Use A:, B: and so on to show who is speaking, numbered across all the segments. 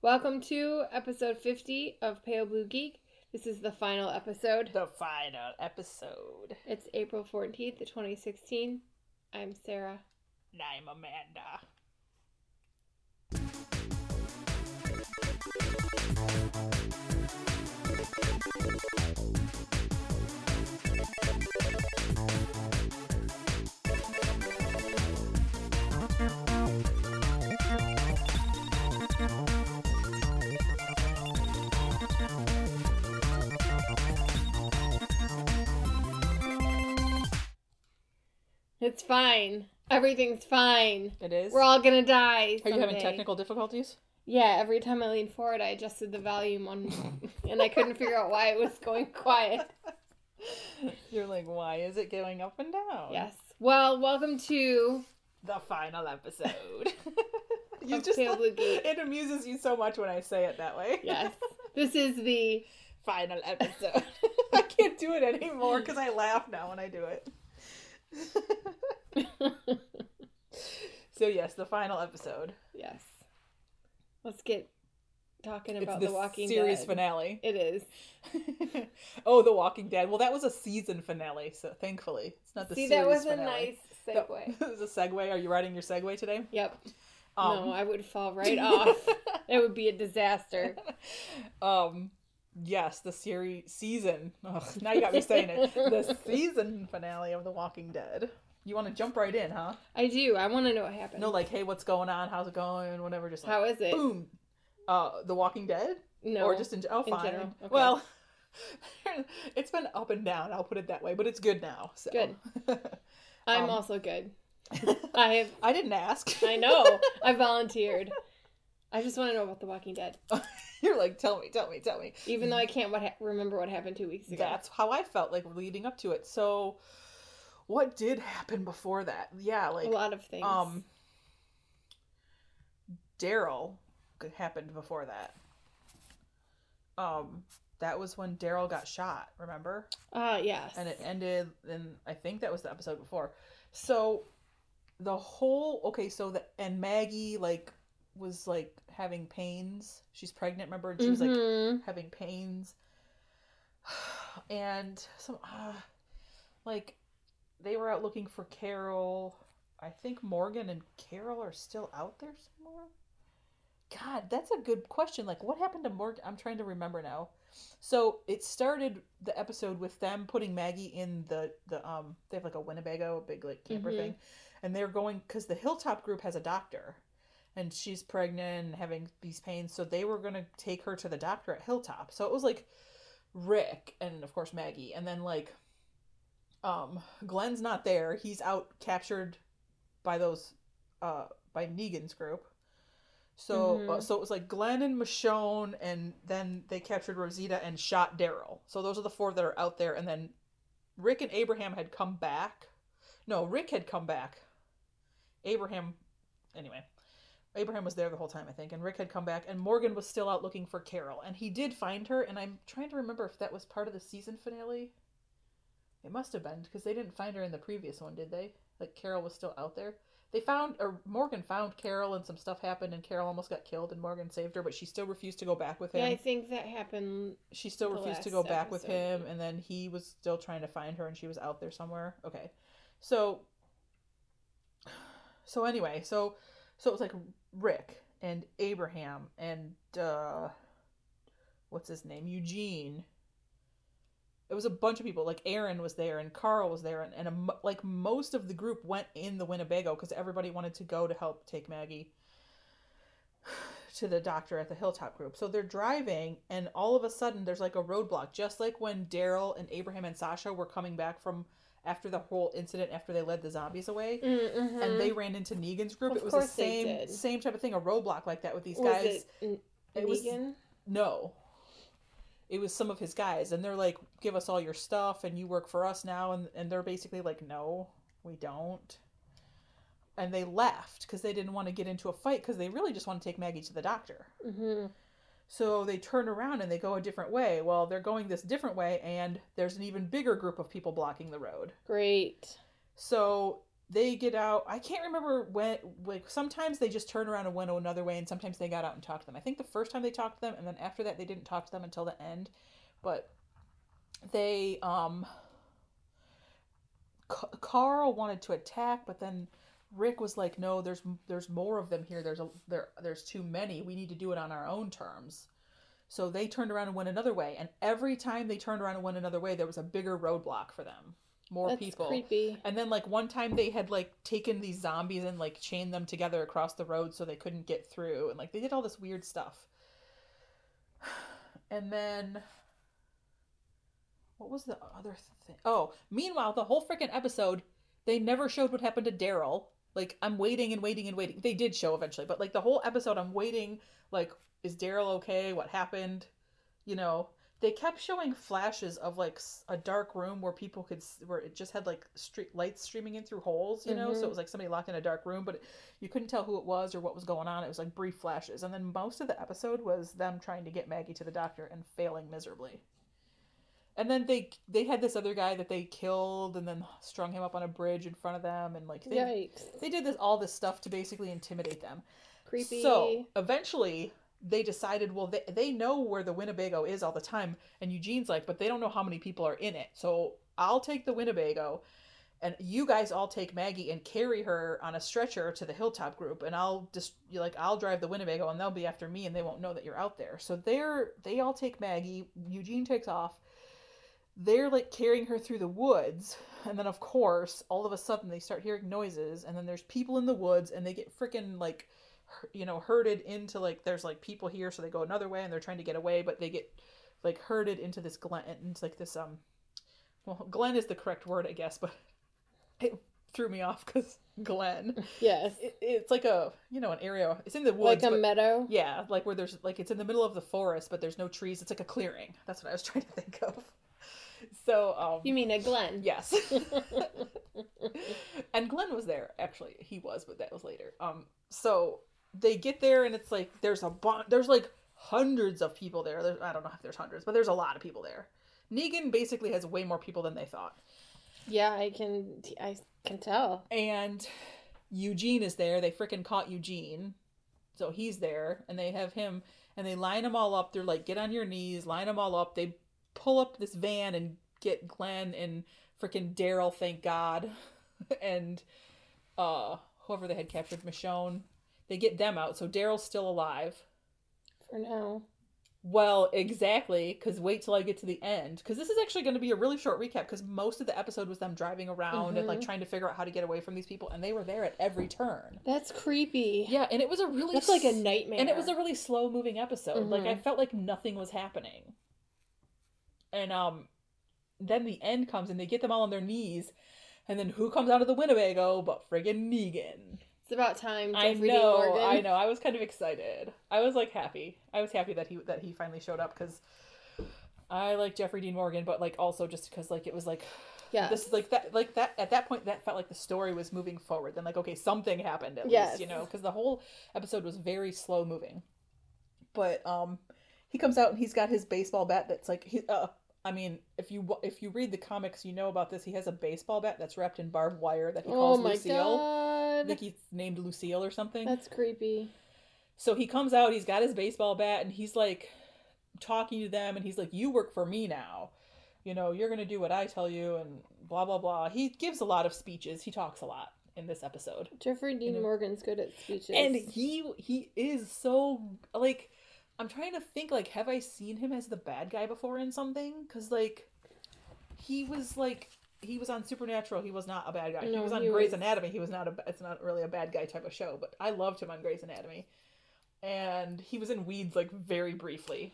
A: Welcome to episode 50 of Pale Blue Geek. This is the final episode.
B: The final episode.
A: It's April 14th, 2016. I'm Sarah.
B: And I'm Amanda.
A: It's fine. Everything's fine.
B: It is.
A: We're all gonna die.
B: Are you having
A: someday.
B: technical difficulties?
A: Yeah, every time I leaned forward, I adjusted the volume on, and I couldn't figure out why it was going quiet.
B: You're like, why is it going up and down?
A: Yes. Well, welcome to.
B: The final episode. you
A: Of
B: just
A: Pale Blue Geek.
B: it amuses you so much when I say it that way.
A: Yes. This is the.
B: final episode. I can't do it anymore because I laugh now when I do it. so yes, the final episode.
A: Yes. Let's get talking
B: It's
A: about
B: the,
A: The Walking
B: series
A: Dead.
B: finale.
A: It is.
B: oh, The Walking Dead. Well, that was a season finale, so thankfully it's not the
A: See,
B: series
A: that was
B: finale.
A: a nice
B: That-
A: segue.
B: That was a segue. Are you writing your segue today?
A: Yep.
B: Um.
A: no, I would fall right off. It would be a disaster.
B: um yes the series season Ugh, now you got me saying it the season finale of the walking dead you want to jump right in huh
A: I do. I want to know what happened.
B: no like hey what's going on how's it going whatever just like,
A: How is it?
B: boom uh the walking dead
A: No.
B: or just in, oh,
A: in
B: fine.
A: general, okay.
B: well it's been up and down i'll put it that way but it's good now so
A: Good. I'm
B: um,
A: also good. I have.
B: i didn't ask
A: I know. I volunteered. I just want to know about The Walking Dead,
B: you're like tell me tell me tell me
A: even though I can't what ha- remember what happened two weeks ago.
B: That's how I felt like leading up to it. So, what did happen before that? Yeah, like
A: a lot of things.
B: um, Daryl g- happened before that. Um, that was when Daryl got shot. Remember?
A: Uh, yes.
B: And it ended. And I think that was the episode before. So, the whole okay. So the and Maggie like was like having pains. She's pregnant. Remember? And she was like
A: Mhm.
B: having pains and some uh, like they were out looking for carol i think morgan and carol are still out there somewhere god that's a good question like what happened to morgan i'm trying to remember now so it started the episode with them putting maggie in the the um they have like a winnebago a big like camper
A: Mhm.
B: thing and they're going because the hilltop group has a doctor and she's pregnant and having these pains so they were going to take her to the doctor at hilltop so it was like rick and of course maggie and then like um glenn's not there he's out captured by those uh by negan's group so uh,
A: Mhm.
B: so it was like glenn and michonne and then they captured rosita and shot daryl so those are the four that are out there and then rick and abraham had come back no rick had come back abraham anyway Abraham was there the whole time, I think, and Rick had come back, and Morgan was still out looking for Carol, and he did find her, and I'm trying to remember if that was part of the season finale. It must have been because they didn't find her in the previous one, did they? Like Carol was still out there. They found, or Morgan found Carol, and some stuff happened, and Carol almost got killed, and Morgan saved her, but she still refused to go back with him
A: yeah, I think that happened.
B: she still
A: the
B: refused to go
A: last
B: back with
A: episode.
B: him and then he was still trying to find her and she was out there somewhere okay so so anyway so so it was like rick and abraham and uh what's his name eugene it was a bunch of people like aaron was there and carl was there and, and a mo- like most of the group went in the winnebago because everybody wanted to go to help take maggie to the doctor at the hilltop group so they're driving and all of a sudden there's like a roadblock just like when daryl and abraham and sasha were coming back from after the whole incident after they led the zombies away
A: Mm-hmm.
B: and they ran into negan's group
A: Of
B: it was the
A: course they
B: same
A: did.
B: same type of thing a roadblock like that with these
A: was
B: guys
A: it N-
B: it was-
A: Negan?
B: no it was some of his guys and they're like give us all your stuff and you work for us now and, and they're basically like no we don't and they left because they didn't want to get into a fight because they really just want to take maggie to the doctor
A: hmm
B: so they turn around and they go a different way well they're going this different way and there's an even bigger group of people blocking the road
A: Great.
B: so they get out. I can't remember when. Like sometimes they just turned around and went another way, and sometimes they got out and talked to them. I think the first time they talked to them, and then after that they didn't talk to them until the end. But they, um, Ca- Carl wanted to attack, but then Rick was like, "No, there's there's more of them here. There's a there there's too many. We need to do it on our own terms." So they turned around and went another way, and every time they turned around and went another way, there was a bigger roadblock for them. More
A: That's
B: people.
A: creepy.
B: And then like one time they had like taken these zombies and like chained them together across the road so they couldn't get through and like they did all this weird stuff. And then what was the other thing? Oh, meanwhile, the whole freaking episode they never showed what happened to Daryl. Like I'm waiting and waiting and waiting. They did show eventually, but like the whole episode I'm waiting like is Daryl okay? What happened? You know, they kept showing flashes of like s- a dark room where people could s- where it just had like street lights streaming in through holes you know so
A: Mhm.
B: it was like somebody locked in a dark room but it, you couldn't tell who it was or what was going on it was like brief flashes and then most of the episode was them trying to get maggie to the doctor and failing miserably and then they they had this other guy that they killed and then strung him up on a bridge in front of them and like they,
A: Yikes.
B: they did this all this stuff to basically intimidate them
A: Creepy.
B: so eventually they decided, well, they, they know where the Winnebago is all the time. And Eugene's like, but they don't know how many people are in it. So I'll take the Winnebago and you guys all take Maggie and carry her on a stretcher to the hilltop group. And I'll just like, I'll drive the Winnebago and they'll be after me and they won't know that you're out there. So they're, they all take Maggie. Eugene takes off. They're like carrying her through the woods. And then of course, all of a sudden they start hearing noises and then there's people in the woods and they get freaking like you know herded into like there's like people here so they go another way and they're trying to get away but they get like herded into this glen into like this um well glen is the correct word i guess but it threw me off because glen
A: yes.
B: it, it's like a you know an area it's in the woods
A: Like a
B: but-
A: meadow.
B: yeah like where there's like it's in the middle of the forest but there's no trees it's like a clearing that's what i was trying to think of so um
A: You mean a glen?
B: Yes. and Glenn was there actually. He was, but that was later. Um so they get there and it's like there's a bon- there's like hundreds of people there. There's, I don't know if there's hundreds, but there's a lot of people there. Negan basically has way more people than they thought.
A: Yeah, I can. I can tell.
B: And Eugene is there. They freaking caught Eugene. So he's there and they have him and they line them all up. They're like, get on your knees, line them all up. They pull up this van and get Glenn and freaking Daryl, thank God, and uh, whoever they had captured, Michonne. They get them out. So Daryl's still alive.
A: For now.
B: Well, exactly. Because wait till I get to the end. Because this is actually going to be a really short recap. Because most of the episode was them driving around and like
A: Mhm.
B: trying to figure out how to get away from these people, and they were there at every turn.
A: That's creepy.
B: Yeah, and it was a really
A: That's like a
B: s-
A: nightmare.
B: and it was a really slow moving episode. Like I
A: Mhm.
B: felt like nothing was happening. And um, then the end comes, and they get them all on their knees, and then who comes out of the Winnebago but friggin' Negan.
A: It's about time.
B: I
A: Jeffrey Dean
B: know,
A: Morgan.
B: I know. I was kind of excited. I was like happy. I was happy that he that he finally showed up because I like Jeffrey Dean Morgan, but like also just because like it was like
A: Yeah.
B: this is like that like that at that point that felt like the story was moving forward. Then like okay, something happened at least
A: Yes.
B: you know because the whole episode was very slow moving. But um, he comes out and he's got his baseball bat that's like he uh. I mean, if you wa- if you read the comics, you know about this. He has a baseball bat that's wrapped in barbed wire that he
A: oh
B: calls
A: my
B: Lucille. I
A: god.
B: think he's named Lucille or something.
A: That's creepy.
B: So he comes out, he's got his baseball bat, and he's like talking to them, and he's like, You work for me now. You know, you're going to do what I tell you, and blah, blah, blah. He gives a lot of speeches. He talks a lot in this episode.
A: Jeffrey Dean
B: know.
A: Morgan's good at speeches.
B: And he he is so like I'm trying to think like have I seen him as the bad guy before in something cuz like he was like he was on Supernatural. He was not a bad guy. he
A: No,
B: was on
A: he
B: Grey's
A: was-
B: Anatomy. He was not a. It's not really a bad guy type of show, but I loved him on Grey's Anatomy, and he was in Weeds like very briefly,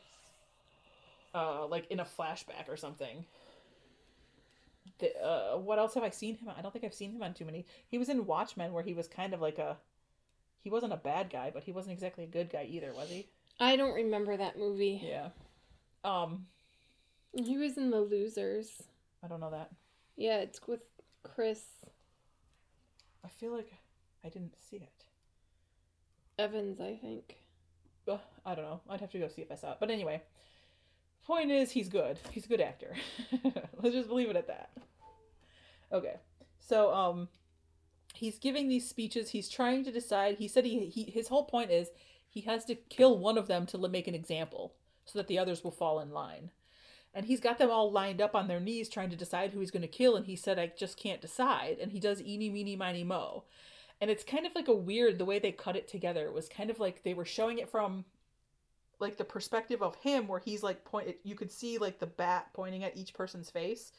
B: uh, like in a flashback or something. The, uh, what else have I seen him? on? I don't think I've seen him on too many. He was in Watchmen where he was kind of like a. He wasn't a bad guy, but he wasn't exactly a good guy either, was he?
A: I don't remember that movie.
B: Yeah. Um,
A: He was in The Losers.
B: I don't know that.
A: Yeah, it's with Chris
B: I feel like I didn't see it.
A: Evans, I think.
B: Ugh, I don't know. I'd have to go see if I saw it. But anyway, point is he's good. He's a good actor. Let's just leave it at that. Okay. So um he's giving these speeches. He's trying to decide. He said he, he his whole point is he has to kill one of them to li- make an example so that the others will fall in line. And he's got them all lined up on their knees trying to decide who he's going to kill. And he said, I just can't decide. And he does eeny, meeny, miny, mo. And it's kind of like a weird, the way they cut it together it was kind of like they were showing it from like the perspective of him where he's like point you could see like the bat pointing at each person's face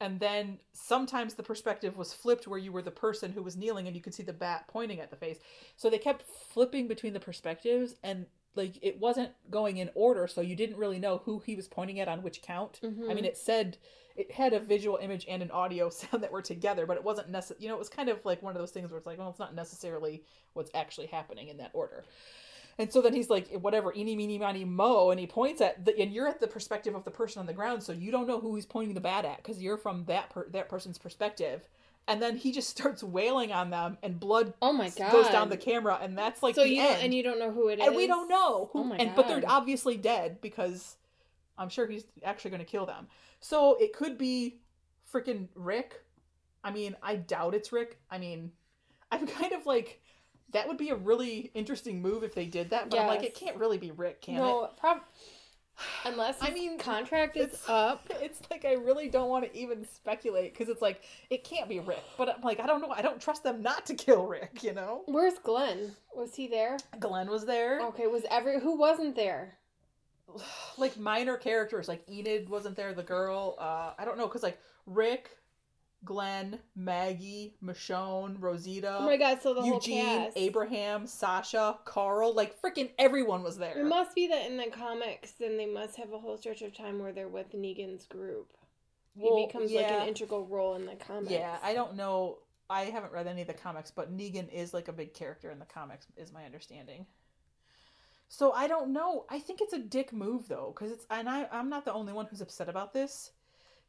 B: and then sometimes the perspective was flipped where you were the person who was kneeling and you could see the bat pointing at the face so they kept flipping between the perspectives and like it wasn't going in order so you didn't really know who he was pointing at on which count
A: Mm-hmm.
B: i mean it said it had a visual image and an audio sound that were together but it wasn't necessary you know it was kind of like one of those things where it's like well it's not necessarily what's actually happening in that order and so then he's like, whatever, eeny, meeny, miny, mo, and he points at the, and you're at the perspective of the person on the ground, so you don't know who he's pointing the bat at because you're from that per- that person's perspective. And then he just starts wailing on them, and blood
A: Oh my god.
B: goes down the camera, and that's like
A: so
B: the
A: you don't,
B: end.
A: and you don't know who it is.
B: And we don't know who,
A: Oh my
B: and but they're
A: God.
B: obviously dead because I'm sure he's actually going to kill them. So it could be freaking Rick. I mean, I doubt it's Rick. I mean, I'm kind of like that would be a really interesting move if they did that, but I'm like
A: Yes.
B: it can't really be Rick, can
A: no, prob- unless
B: I
A: his I
B: mean,
A: mean contract is
B: it's-
A: up.
B: it? It's like I really don't want to even speculate because it's like it can't be Rick, but I'm like I don't know. I don't trust them not to kill Rick, you know? Oh,
A: Where's Glenn? Was he there?
B: Glenn was there.
A: Okay, was every who wasn't there?
B: like minor characters like enid wasn't there the girl uh i don't know because like rick glenn maggie michonne rosita
A: Oh my god, so the whole
B: eugene
A: cast.
B: abraham sasha carl like freaking everyone was there
A: It must be that in the comics, then they must have a whole stretch of time where they're with Negan's group.
B: Well,
A: he becomes like
B: yeah.
A: an integral role in the comics.
B: yeah i don't know i haven't read any of the comics but negan is like a big character in the comics is my understanding so i don't know i think it's a dick move though because it's and I, i'm not the only one who's upset about this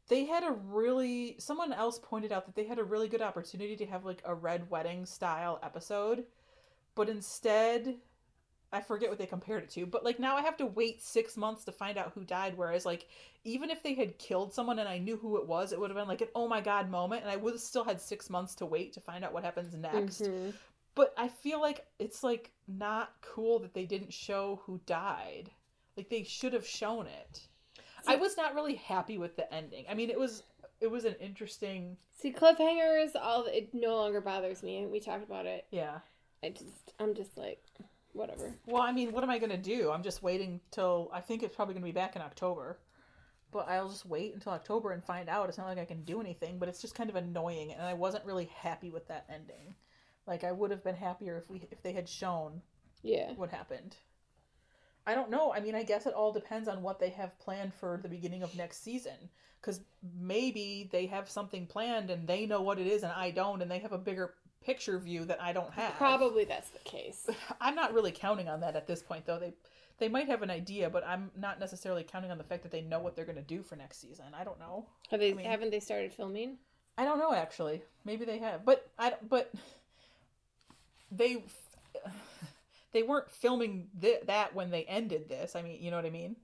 B: they had a really someone else pointed out that they had a really good opportunity to have like a red wedding style episode but instead i forget what they compared it to but like now i have to wait six months to find out who died whereas like even if they had killed someone and i knew who it was it would have been like an oh my god moment and i would have still had six months to wait to find out what happens next
A: Mhm.
B: but i feel like it's like not cool that they didn't show who died like they should have shown it i was not really happy with the ending i mean it was it was an interesting
A: See, cliffhangers, all it no longer bothers me. We talked about it.
B: yeah
A: I just, I'm just like, whatever.
B: well i mean what am i going to do i'm just waiting till i think it's probably going to be back in october but i'll just wait until october and find out it's not like i can do anything but it's just kind of annoying and i wasn't really happy with that ending like i would have been happier if we if they had shown
A: Yeah.
B: what happened. I don't know. I mean, I guess it all depends on what they have planned for the beginning of next season. Because maybe they have something planned and they know what it is and I don't, and they have a bigger picture view that I don't have.
A: Probably that's the case.
B: I'm not really counting on that at this point, though. They they might have an idea, but I'm not necessarily counting on the fact that they know what they're going to do for next season. I don't know.
A: Have they?
B: I mean-
A: haven't they started filming?
B: I don't know actually. Maybe they have, but I but they they weren't filming th- that when they ended this. I mean, you know what I mean?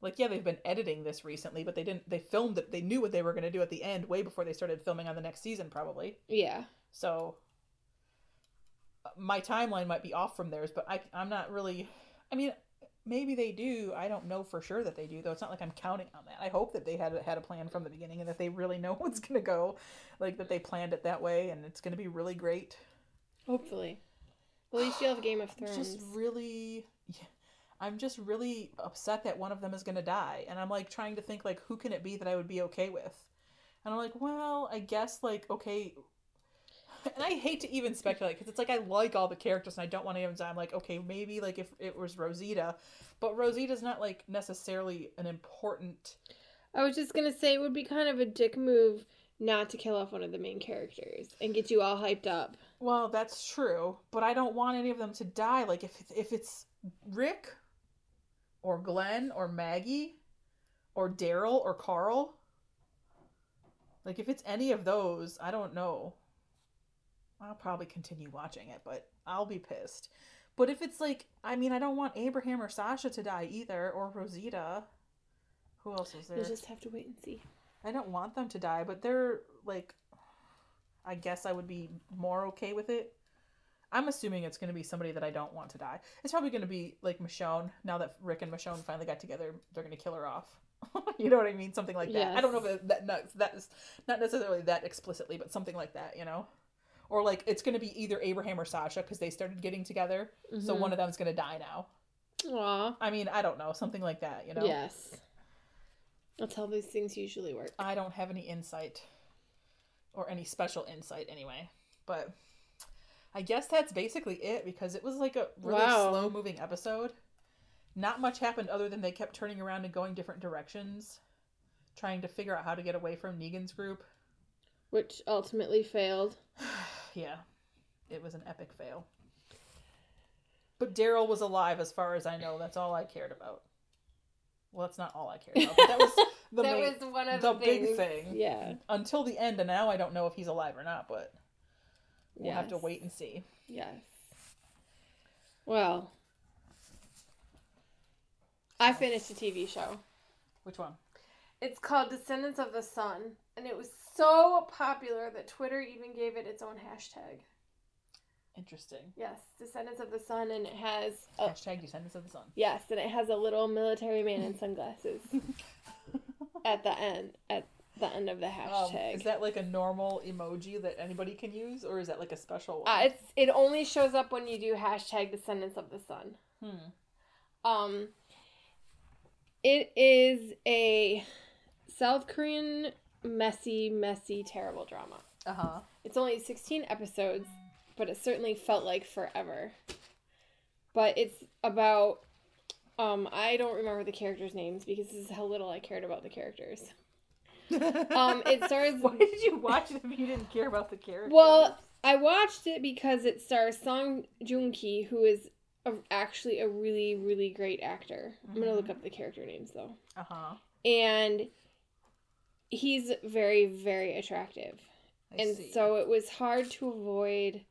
B: Like yeah, they've been editing this recently, but they didn't. They filmed it. They knew what they were going to do at the end way before they started filming on the next season, probably.
A: Yeah.
B: So uh, my timeline might be off from theirs, but I I'm not really. I mean, maybe they do. I don't know for sure that they do though. It's not like I'm counting on that. I hope that they had had a plan from the beginning and that they really know what's gonna go, like that they planned it that way and it's gonna be really great.
A: Hopefully. Well, you still have Game of
B: I'm
A: Thrones.
B: just really. yeah, I'm just really upset that one of them is gonna die, and I'm like trying to think like who can it be that I would be okay with, and I'm like, well, I guess like okay, and I hate to even speculate because it's like I like all the characters and I don't want to even. I'm like, okay, maybe like if it was Rosita, but Rosita's not like necessarily an important.
A: I was just gonna say it would be kind of a dick move not to kill off one of the main characters and get you all hyped up.
B: Well, that's true, but I don't want any of them to die. Like if if it's Rick, or Glenn, or Maggie, or Daryl, or Carl. Like if it's any of those, I don't know. I'll probably continue watching it, but I'll be pissed. But if it's like, I mean, I don't want Abraham or Sasha to die either, or Rosita. Who else was there?
A: We'll just have to wait and see.
B: I don't want them to die, but they're like I guess I would be more okay with it. I'm assuming it's going to be somebody that I don't want to die. It's probably going to be like Michonne. Now that Rick and Michonne finally got together, they're going to kill her off. you know what I mean? Something like that. I don't know if it, that not, that's not necessarily that explicitly, but something like that. You know, or like it's going to be either Abraham or Sasha because they started getting together. So one of them's going to die now.
A: Mm-hmm. Aw.
B: I mean, I don't know, something like that. You know,
A: Yes. That's how these things usually work.
B: I don't have any insight or any special insight anyway. But I guess that's basically it because it was like a really
A: Wow.
B: slow moving episode. Not much happened other than they kept turning around and going different directions, trying to figure out how to get away from Negan's group.
A: Which ultimately failed.
B: Yeah, it was an epic fail. But Daryl was alive, as far as I know. That's all I cared about. Well, that's not all I cared about. But that was the
C: that
B: main,
C: was one of
B: the
C: the,
B: big
C: things.
B: thing.
A: Yeah.
B: until the end, and now I don't know if he's alive or not, but we'll have to
A: Yes.
B: wait and see.
A: Yes. Well, I finished a TV show.
B: Which one?
C: It's called Descendants of the Sun, and it was so popular that Twitter even gave it its own hashtag.
B: Interesting.
C: Yes, Descendants of the Sun, and it has
A: Oh.
C: a,
B: Hashtag Descendants of the Sun.
A: Yes, and it has a little military man in sunglasses at the end. At the end of the
B: Um,
A: hashtag.
B: is that like a normal emoji that anybody can use, or is that like a special one?
C: uh, it's it only shows up when you do hashtag Descendants of the Sun.
B: Hmm.
C: Um,
A: It is a South Korean messy, messy, terrible drama.
B: Uh huh.
A: It's only 16 episodes, but it certainly felt like forever. But it's about um I don't remember the characters' names because this is how little I cared about the characters. Um it stars
B: Why did you watch it if you didn't care about the character?
A: Well, I watched it because it stars Song Joong Ki, who is a, actually a really, really great actor. I'm gonna look up the character names though,
B: Uh huh.
A: and he's very, very attractive, and so it was hard to avoid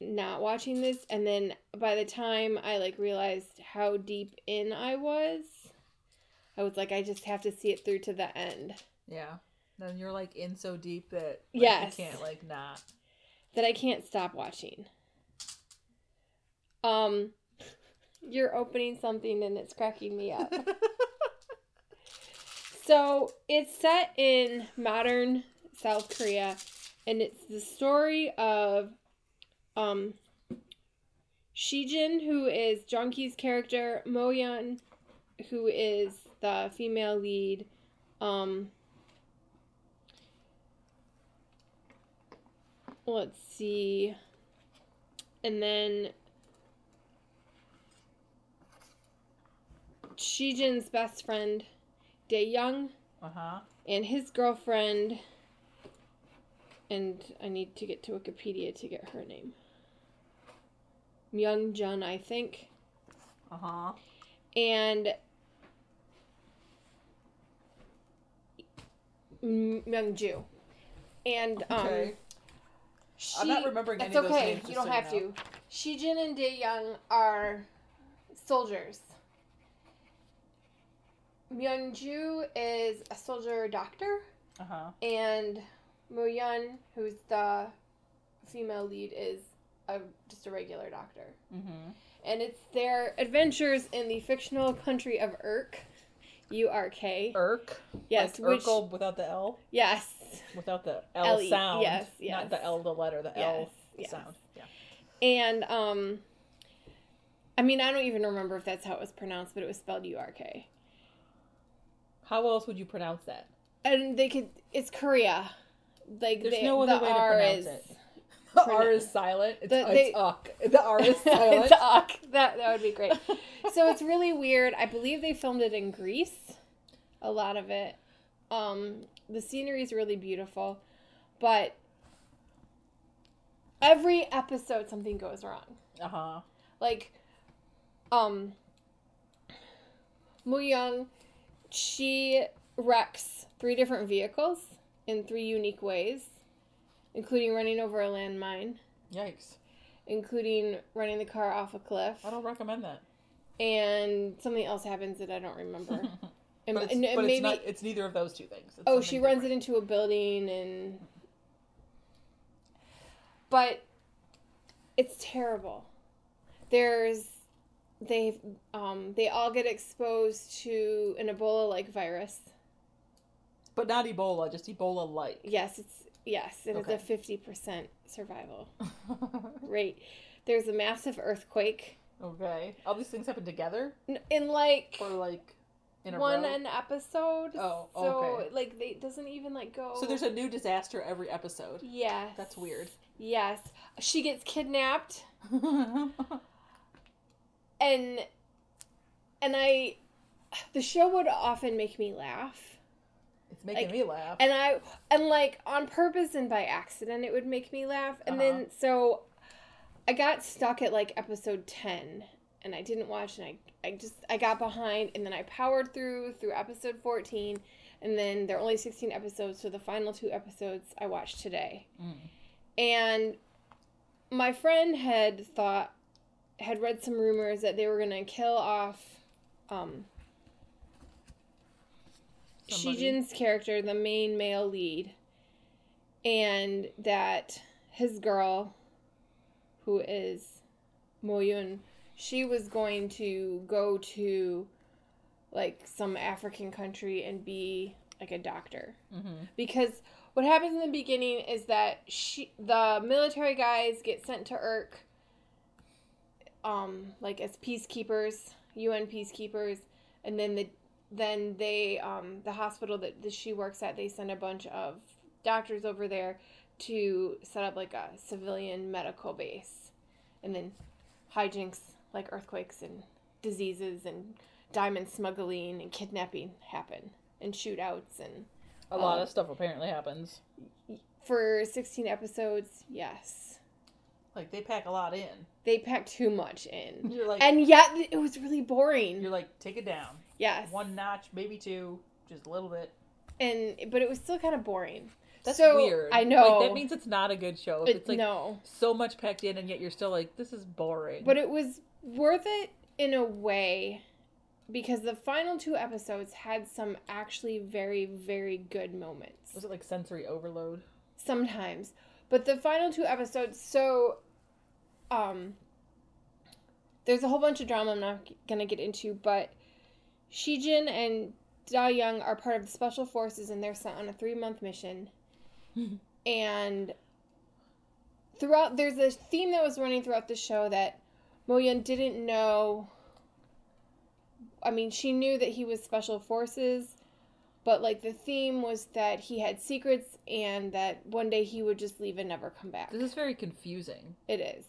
A: not watching this. And then by the time I like realized how deep in I was, I was like, I just have to see it through to the end.
B: yeah. Then you're like in so deep that like,
A: Yes.
B: you can't like not.
A: that I can't stop watching. Um, you're opening something and it's cracking me up. so it's set in modern South Korea, and it's the story of um Shijin, who is Jonki's character, Moyeon, who is the female lead, um. let's see and then Shijin's best friend Dae Young
B: Uh huh.
A: and his girlfriend and I need to get to Wikipedia to get her name. Myung Jun, I think.
B: Uh huh.
A: And Myung Ju. And um
B: Okay.
A: she,
B: I'm not remembering any
C: it's
B: of those
C: okay.
B: names.
C: You
B: just
C: don't
B: so
C: have
B: know.
C: to. Shijin and Dae Young are soldiers. Myunju is a soldier doctor,
B: Uh huh.
C: and Moyeon, who's the female lead, is a, just a regular doctor.
B: Mm-hmm.
C: And it's their
A: their adventures in the fictional country of Urk, U R K.
B: Irk.
A: Yes,
B: Like
A: which
B: Urkel without the L.
A: yes,
B: without the L
A: L-E,
B: sound.
A: yes,
B: Not
A: yes.
B: the L, the letter, the L
A: Yes, yes.
B: sound. Yeah.
A: and um, I mean I don't even remember if that's how it was pronounced, but it was spelled U R K.
B: How else would you pronounce that?
A: And they could, it's Korea, like
B: There's
A: they,
B: no other
A: the
B: way to
A: R
B: pronounce
A: is,
B: it. The R is silent. It's,
A: The-
B: it's
A: they-
B: uck. The R is silent.
A: it's Uk. That that would be great. so it's really weird. I believe they filmed it in Greece, a lot of it. Um, the scenery is really beautiful, but
C: every episode something goes wrong.
B: Uh huh.
C: Like,
A: um Mu Young she wrecks three different vehicles in three unique ways, including running over a landmine,
B: Yikes.
A: including running the car off a cliff,
B: I don't recommend that.
A: and something else happens that I don't remember. And,
B: But it's,
A: and
B: but
A: maybe
B: it's, not, it's neither of those two things. It's
A: oh
B: something
A: she runs
B: different.
A: it into a building and but it's terrible. There's they um they all get exposed to an Ebola like virus.
B: But not Ebola, just Ebola light.
A: Yes, it's yes, and
B: Okay.
A: it's a fifty percent survival rate. There's a massive earthquake.
B: okay. All these things happen together
A: N- In like
B: or like in a
A: one
B: row?
A: an episode.
B: Oh,
A: so
B: okay.
A: like they it doesn't even like go
B: So there's a new disaster every episode.
A: Yes.
B: That's weird.
A: Yes. She gets kidnapped and and I the show would often make me laugh.
B: it's making
A: Like,
B: me laugh.
A: And I and like on purpose and by accident it would make me laugh. And then so I got stuck at like episode 10 and I didn't watch and I I just I got behind and then I powered through through episode 14 and then there are only 16 episodes so the final two episodes I watched today.
B: Mm.
A: And my friend had thought had read some rumors that they were going to kill off um
B: Somebody.
A: Shijin's character, the main male lead, and that his girl, who is Moyun, she was going to go to like some African country and be like a doctor.
B: Mhm.
A: Because what happens in the beginning is that she, the military guys get sent to Urk, um, like as peacekeepers, UN peacekeepers, and then the then they um, the hospital that, that she works at they send a bunch of doctors over there to set up like a civilian medical base and then hijinks like earthquakes and diseases and diamond smuggling and kidnapping happen and shootouts and
B: A lot of stuff apparently happens.
A: for 16 episodes yes
B: Like they pack a lot in.
A: they packed too much in
B: You're like
A: and yet it was really boring
B: you're like take it down.
A: yes
B: One notch, maybe two, just a little bit.
A: and but it was still kind of boring
B: That's
A: So,
B: weird.
A: I know.
B: Like that means it's not a good show. If
A: It-
B: it's like
A: no
B: so much packed in and yet you're still like this is boring.
A: But it was worth it in a way because the final two episodes had some actually very, very good moments.
B: was it like sensory overload?
A: Sometimes. But the final two episodes, so um there's a whole bunch of drama I'm not going to get into, but Shijin and Da Young are part of the special forces and they're sent on a 3-month mission. and throughout there's a theme that was running throughout the show that Moyun didn't know. I mean, she knew that he was special forces, but like the theme was that he had secrets and that one day he would just leave and never come back.
B: This is very confusing.
A: It is.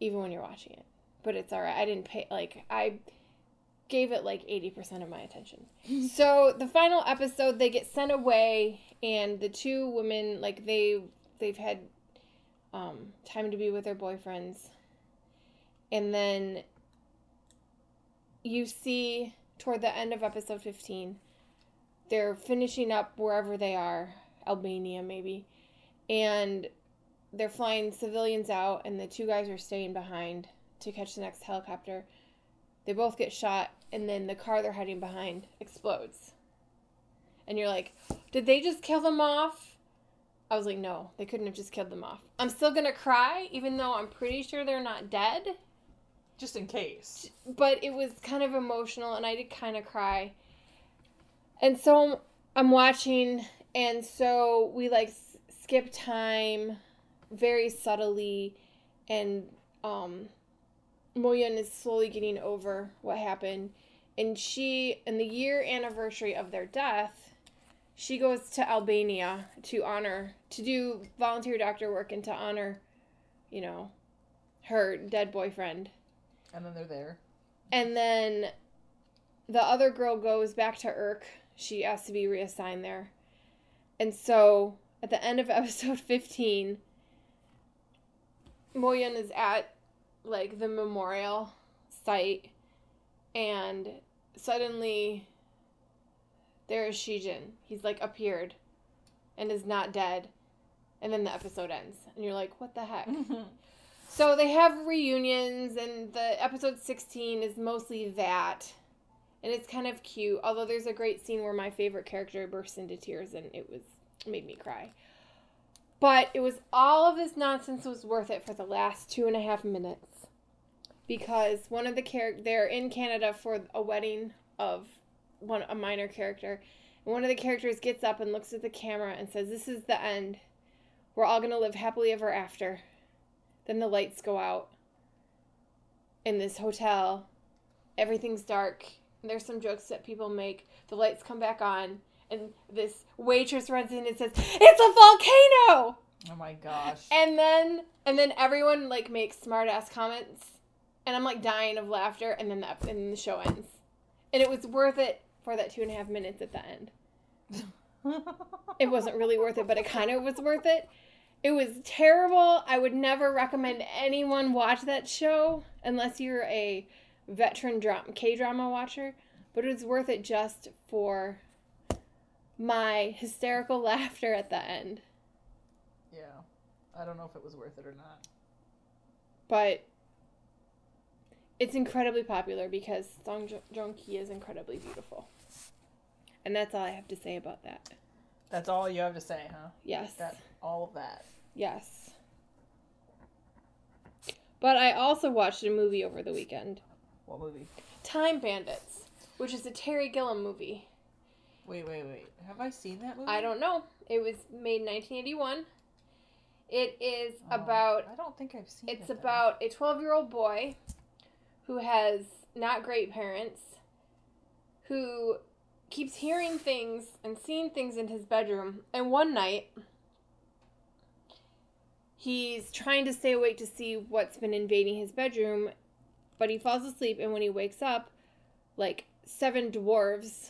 A: Even when you're watching it. But it's alright. I didn't pay like I gave it like eighty percent of my attention. so the final episode they get sent away and the two women like they they've had um time to be with their boyfriends. And then you see toward the end of episode fifteen, they're finishing up wherever they are, Albania maybe. And they're flying civilians out and the two guys are staying behind to catch the next helicopter. They both get shot and then the car they're hiding behind explodes. And you're like, did they just kill them off? I was like, no, they couldn't have just killed them off. I'm still gonna cry, even though I'm pretty sure they're not dead.
B: Just in case.
A: But it was kind of emotional and I did kind of cry. And so I'm, I'm watching, and so we like s- skip time very subtly and um Moyun is slowly getting over what happened and she in the year anniversary of their death she goes to Albania to honor to do volunteer doctor work and to honor you know her dead boyfriend
B: And then they're there.
A: and then the other girl goes back to Urk. She has to be reassigned there. And so at the end of episode 15, Moyun is at like the memorial site and suddenly there is Shijin. He's like appeared and is not dead. And then the episode ends. And you're like, what the heck? So they have reunions, and the episode 16 is mostly that. And it's kind of cute, although there's a great scene where my favorite character bursts into tears and it was made me cry. But it was all of this nonsense was worth it for the last two and a half minutes because one of the characters they're in Canada for a wedding of one a minor character. And one of the characters gets up and looks at the camera and says, "This is the end. We're all gonna live happily ever after." Then the lights go out in this hotel. Everything's dark. There's some jokes that people make. The lights come back on, and this waitress runs in and says, "It's a volcano!"
B: Oh my gosh.
A: And then and then everyone like makes smart ass comments, and I'm like dying of laughter. And then the and then the show ends, and it was worth it for that two and a half minutes at the end. It wasn't really worth it, but it kind of was worth it. It was terrible. I would never recommend anyone watch that show unless you're a veteran drama, K drama watcher. But it was worth it just for my hysterical laughter at the end.
B: yeah. I don't know if it was worth it or not.
A: But it's incredibly popular because Song Jo- Joong Ki is incredibly beautiful. And that's all I have to say about that.
B: That's all you have to say, huh?
A: Yes.
B: That all of that.
A: Yes. But I also watched a movie over the weekend
B: What movie?
A: Time Bandits, which is a Terry Gilliam movie.
B: Wait, wait, wait. Have I seen that movie?
A: I don't know. It was made in 1981. It is
B: Oh,
A: about
B: I don't think I've seen it.
A: It's
B: then.
A: about a 12 year old boy who has not great parents, who keeps hearing things and seeing things in his bedroom. And one night, he's trying to stay awake to see what's been invading his bedroom, but he falls asleep. And when he wakes up, like seven dwarves,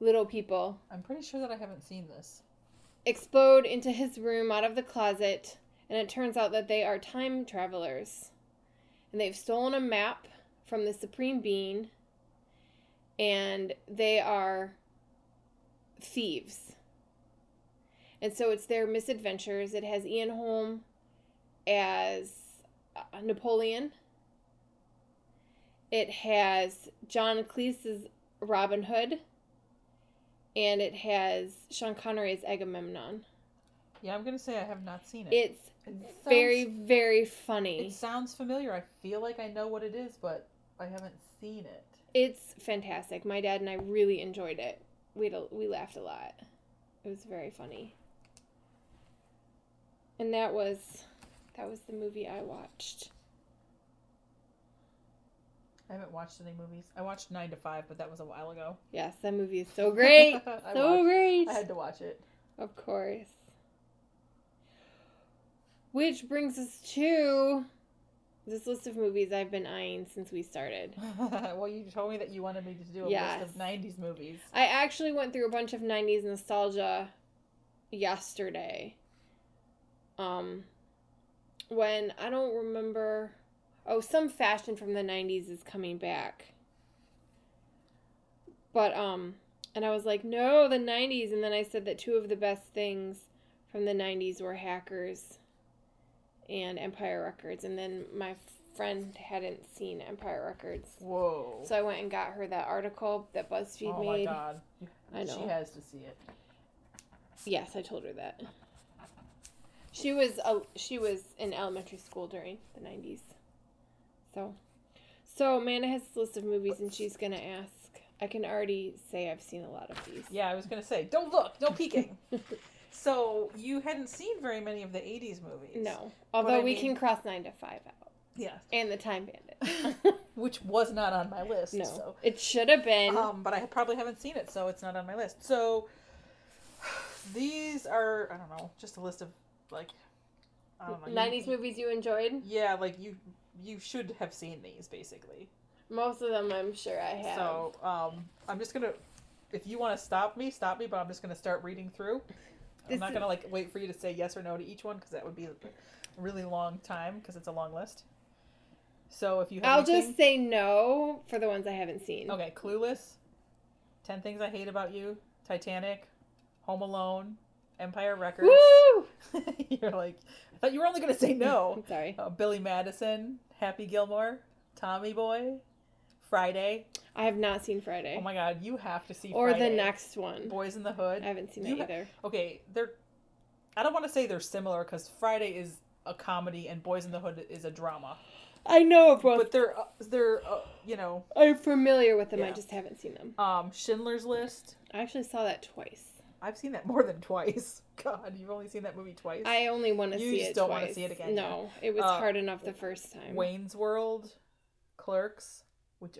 A: little people,
B: I'm pretty sure that I haven't seen this.
A: explode into his room out of the closet, and it turns out that they are time travelers. And they've stolen a map from the Supreme Being, and they are thieves. And so it's their misadventures. It has Ian Holm as uh, Napoleon. It has John Cleese's Robin Hood and it has Sean Connery as Agamemnon.
B: Yeah, I'm gonna say I have not seen it.
A: It's
B: It sounds-
A: very, very funny.
B: It sounds familiar. I feel like I know what it is, but I haven't seen it.
A: It's fantastic. My dad and I really enjoyed it. We had a, we laughed a lot. It was very funny. And that was that was the movie I watched.
B: I haven't watched any movies. I watched Nine to Five, but that was a while ago.
A: Yes, that movie is so great.
B: I
A: so
B: watched-
A: great.
B: I had to watch it.
A: Of course. Which brings us to this list of movies I've been eyeing since we started.
B: well, you told me that you wanted me to do a list
A: Yes.
B: of '90s movies.
A: I actually went through a bunch of 90s nostalgia yesterday. Um when I don't remember oh some fashion from the 90s is coming back. But um and I was like, "No, the 90s." And then I said that two of the best things from the 90s were Hackers and Empire Records. And then my friend hadn't seen Empire Records.
B: Whoa!
A: So I went and got her that article that BuzzFeed
B: oh
A: made.
B: my god!
A: I know.
B: She has to see it.
A: Yes, I told her that. She was a, she was in elementary school during the nineties, so so Amanda has this list of movies, and she's gonna ask. I can already say I've seen a lot of these.
B: Yeah, I was gonna say, don't look, no peeking. so you hadn't seen very many of the '80s movies.
A: No,
B: But
A: although
B: I
A: we
B: mean-
A: can cross nine to five out
B: Yes.
A: and the Time Bandit.
B: Which was not on my list.
A: no,
B: So.
A: it should have been.
B: Um, but I probably haven't seen it, so it's not on my list. So these are, I don't know, just a list of like, I don't know, you-
A: 90s movies you enjoyed?
B: Yeah, like you, you should have seen these basically.
A: Most of them, I'm sure I have.
B: So um, I'm just gonna, if you want to stop me, stop me. But I'm just gonna start reading through. I'm
A: This
B: not
A: is-
B: gonna like wait for you to say yes or no to each one because that would be a really long time because it's a long list. So if you, have
A: I'll
B: anything-
A: just say no for the ones I haven't seen.
B: Okay, Clueless, Ten Things I Hate About You, Titanic, Home Alone, Empire Records.
A: Woo!
B: You're like, I thought you were only gonna say no.
A: I'm sorry.
B: Uh, Billy Madison, Happy Gilmore, Tommy Boy, Friday.
A: I have not seen Friday.
B: Oh my God, you have to see
A: or
B: Friday.
A: the next one.
B: Boys in the
A: I
B: Hood.
A: haven't seen
B: You
A: that
B: ha-
A: either.
B: Okay, they're I don't want to say they're similar because Friday is a comedy and Boys in the Hood is a drama,
A: I know of both.
B: but they're uh, they're uh, you know
A: I'm familiar with them. I
B: Yeah.
A: just haven't seen them.
B: um, Schindler's List.
A: I actually saw that twice.
B: I've seen that more than twice. God, you've only seen that movie twice.
A: I only want to
B: You
A: see
B: just
A: it.
B: don't
A: want
B: wanna see it again,
A: No, it was
B: Uh,
A: hard enough the first time.
B: Wayne's World, Clerks, which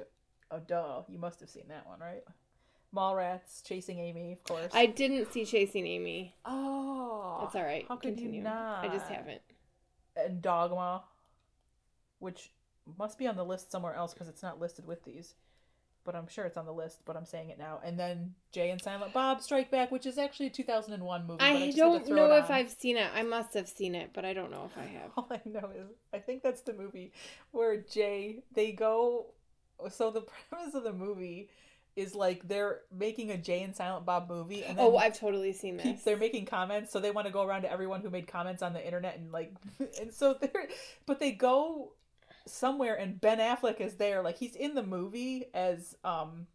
B: oh duh, you must have seen that one, right? Mallrats, Chasing Amy, of course.
A: I didn't see Chasing Amy.
B: oh,
A: That's all right.
B: How could
A: Continue.
B: you not?
A: I just haven't.
B: And Dogma, which must be on the list somewhere else because it's not listed with these. But I'm sure it's on the list, but I'm saying it now. And then Jay and Silent Bob Strike Back, which is actually a 2001 movie. but
A: I
B: just had to
A: don't
B: throw
A: know
B: it
A: if
B: on.
A: I've seen it. I must have seen it, but I don't know if I have.
B: All I know is I think that's the movie where Jay they go. So the premise of the movie is like they're making a Jay and Silent Bob movie, and then
A: Oh, I've totally seen
B: he-
A: this.
B: they're making comments. So they want to go around to everyone who made comments on the internet and like, and so they're, but they go somewhere and Ben Affleck is there. Like he's in the movie as um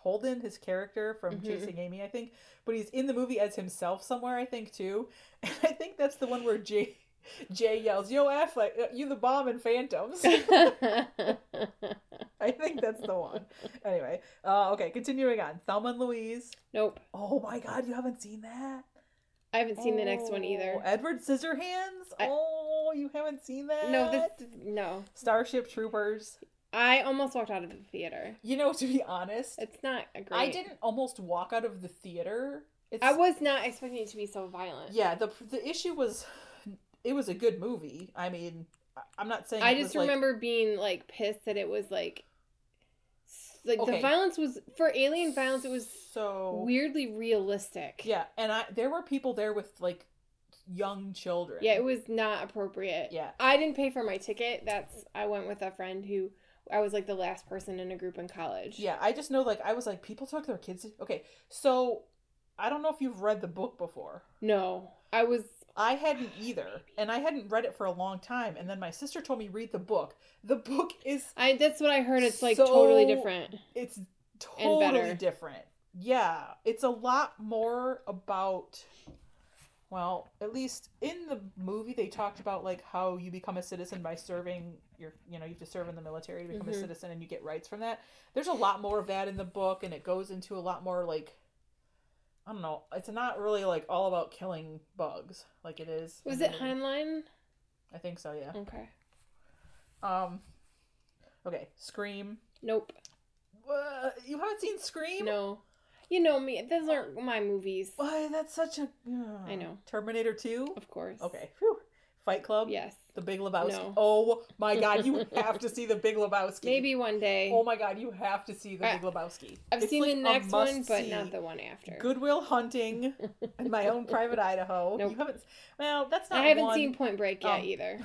B: Holden, his character from
A: Mhm.
B: Chasing Amy, I think. But he's in the movie as himself somewhere, I think too. And I think that's the one where Jay Jay yells, "Yo, Affleck, uh, you the bomb in Phantoms." I think that's the one. Anyway, uh, okay, continuing on. Thelma and Louise.
A: nope,
B: Oh my God, you haven't seen that?
A: I haven't seen the next one
B: Oh,
A: either.
B: Edward Scissorhands.
A: I-
B: oh, you haven't seen that?
A: No, this, no.
B: Starship Troopers.
A: I almost walked out of the theater.
B: You know, to be honest,
A: It's not a great.
B: I didn't almost walk out of the theater. It's,
A: I was not expecting it to be so violent.
B: Yeah, the the issue was, it was a good movie. I mean, I- I'm not saying
A: I
B: it was
A: just
B: like-
A: remember being like pissed that it was like, s- like the
B: Okay.
A: violence was for alien violence. It was
B: so
A: weirdly realistic.
B: Yeah, and I there were people there with like young children.
A: Yeah, it was not appropriate.
B: Yeah.
A: I didn't pay for my ticket. That's I went with a friend who I was like the last person in a group in college.
B: Yeah, I just know like I was like people took their kids. Okay, so I don't know if you've read the book before.
A: No, I was.
B: I hadn't either, and I hadn't read it for a long time. And then my sister told me read the book. The book is
A: I that's what I heard. It's like
B: So-
A: totally different.
B: it's
A: better.
B: totally different. Yeah, it's a lot more about. Well, at least in the movie, they talked about like how you become a citizen by serving your, you know, you have to serve in the military to become
A: Mhm.
B: a citizen, and you get rights from that. There's a lot more of that in the book, and it goes into a lot more like, I don't know, it's not really like all about killing bugs, like it is. in
A: Was
B: the
A: it
B: movie.
A: Heinlein?
B: I think so, yeah.
A: Okay.
B: Um, okay, Scream.
A: Nope.
B: Uh, you haven't seen Scream?
A: No. You know me. Those aren't my movies.
B: Why? That's such a. I
A: know.
B: Terminator Two.
A: Of course.
B: Okay. Whew. Fight Club.
A: Yes.
B: The Big Lebowski.
A: No.
B: Oh my God! You have to see the Big Lebowski.
A: Maybe one day.
B: Oh my God! You have to see the
A: I-
B: Big Lebowski.
A: I've
B: It's
A: seen
B: like
A: the
B: a
A: next one, but
B: must-see.
A: not the one after.
B: Goodwill Hunting and My Own Private Idaho.
A: Nope.
B: You haven't. Well, that's not.
A: I haven't
B: one.
A: seen Point Break yet
B: Um,
A: either.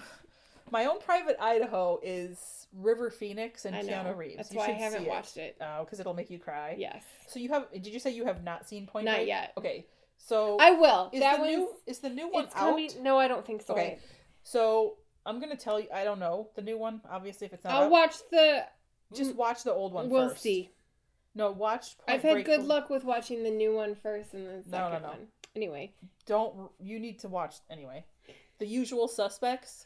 B: My Own Private Idaho is River Phoenix and
A: I know.
B: Keanu Reeves.
A: That's
B: You
A: why I
B: should see
A: haven't watched it.
B: Oh, because it'll make you cry.
A: Yes.
B: So you have? Did you say you have not seen Point
A: Not
B: Break?
A: yet.
B: Okay. So
A: I will.
B: is
A: that
B: the
A: one.
B: new is the new one
A: It's
B: out?
A: coming. No, I don't think so.
B: Okay. So I'm gonna tell you. I don't know the new one. Obviously, if it's not,
A: I'll
B: out.
A: watch the.
B: just watch the old one.
A: We'll
B: first.
A: see.
B: No, watch. Point
A: I've had
B: Break-
A: good luck with watching the new one first and the second
B: No, no, no.
A: one. Anyway,
B: Don't you need to watch anyway? The Usual Suspects.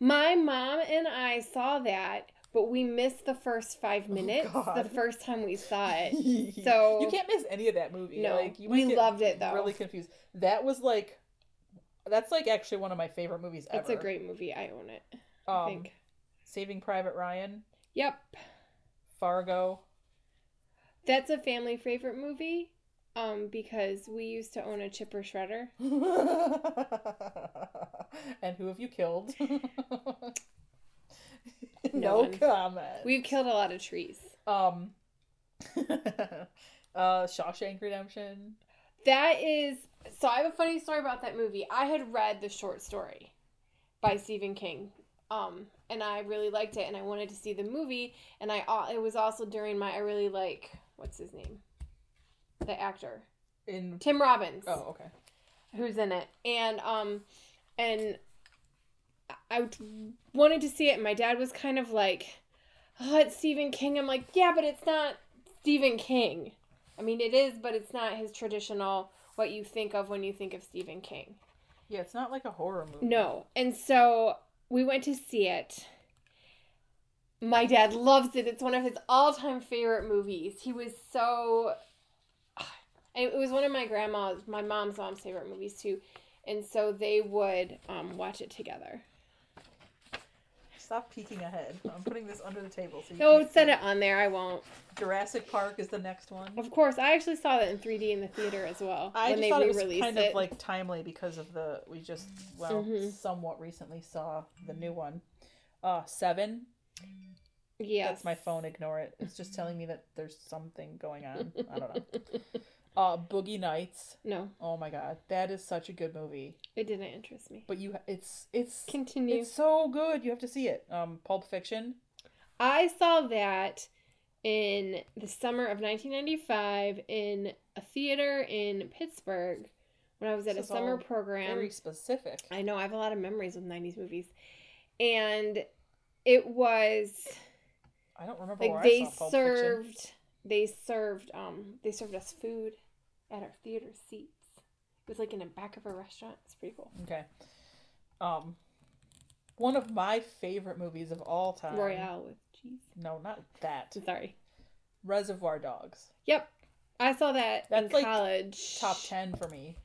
A: my mom and I saw that, but we missed the first five minutes the
B: Oh, God.
A: first time we saw it.
B: you can't miss any of that movie.
A: No,
B: like, you
A: we
B: might get
A: loved it, though.
B: Really confused. That was like, that's like actually one of my favorite movies ever.
A: It's a great movie. I own it.
B: Um,
A: I think.
B: Saving Private Ryan,
A: Yep.
B: Fargo.
A: That's a family favorite movie. Um, because we used to own a chipper shredder.
B: and who have you killed?
A: No
B: no
A: one.
B: comment.
A: We've killed a lot of trees.
B: um uh Shawshank Redemption.
A: That is so. I have a funny story about that movie. I had read the short story by Stephen King, um, and I really liked it, and I wanted to see the movie. And I al- it was also during my I really like what's his name, the actor
B: In
A: Tim Robbins,
B: oh okay.
A: who's in it, and um, and I- I t- wanted to see it. And my dad was kind of like, "Oh, it's Stephen King." I'm like, "Yeah, but it's not Stephen King." I mean, it is, but it's not his traditional what you think of when you think of Stephen King.
B: Yeah, it's not like a horror movie.
A: No. And so we went to see it. My dad loves it. It's one of his all-time favorite movies. He was so it was one of my grandma's, my mom's mom's favorite movies too. And so they would um, watch it together.
B: Stop peeking ahead. I'm putting this under the table. So you
A: No,
B: can
A: set
B: see.
A: it on there. I won't.
B: Jurassic Park is the next one.
A: Of course, I actually saw that in 3D in the theater as well when
B: I just
A: they
B: thought it was
A: re-released
B: kind
A: it.
B: of like timely because of the we just well
A: Mhm.
B: somewhat recently saw the new one. Uh, seven.
A: yes,
B: That's my phone. Ignore it. It's just telling me that there's something going on. I don't know. Uh, Boogie Nights.
A: No,
B: Oh my god, that is such a good movie.
A: it didn't interest me.
B: But you, it's it's
A: Continue.
B: it's so good. You have to see it. Um, Pulp Fiction.
A: I saw that in the summer of 1995 in a theater in Pittsburgh when I was at
B: This
A: a
B: is
A: summer
B: all
A: program.
B: Very specific.
A: I know I have a lot of memories with 90s movies. And it was
B: I don't remember
A: like
B: where Oh, I
A: they
B: saw Pulp Fiction.
A: served they served um they served us food at our theater seats. It was like in the back of a restaurant. It's pretty cool.
B: Okay. Um, one of my favorite movies of all time.
A: Royale with cheese.
B: No, not that.
A: I'm sorry.
B: Reservoir Dogs.
A: Yep. I saw that
B: That's,
A: in
B: like,
A: college.
B: Top ten for me.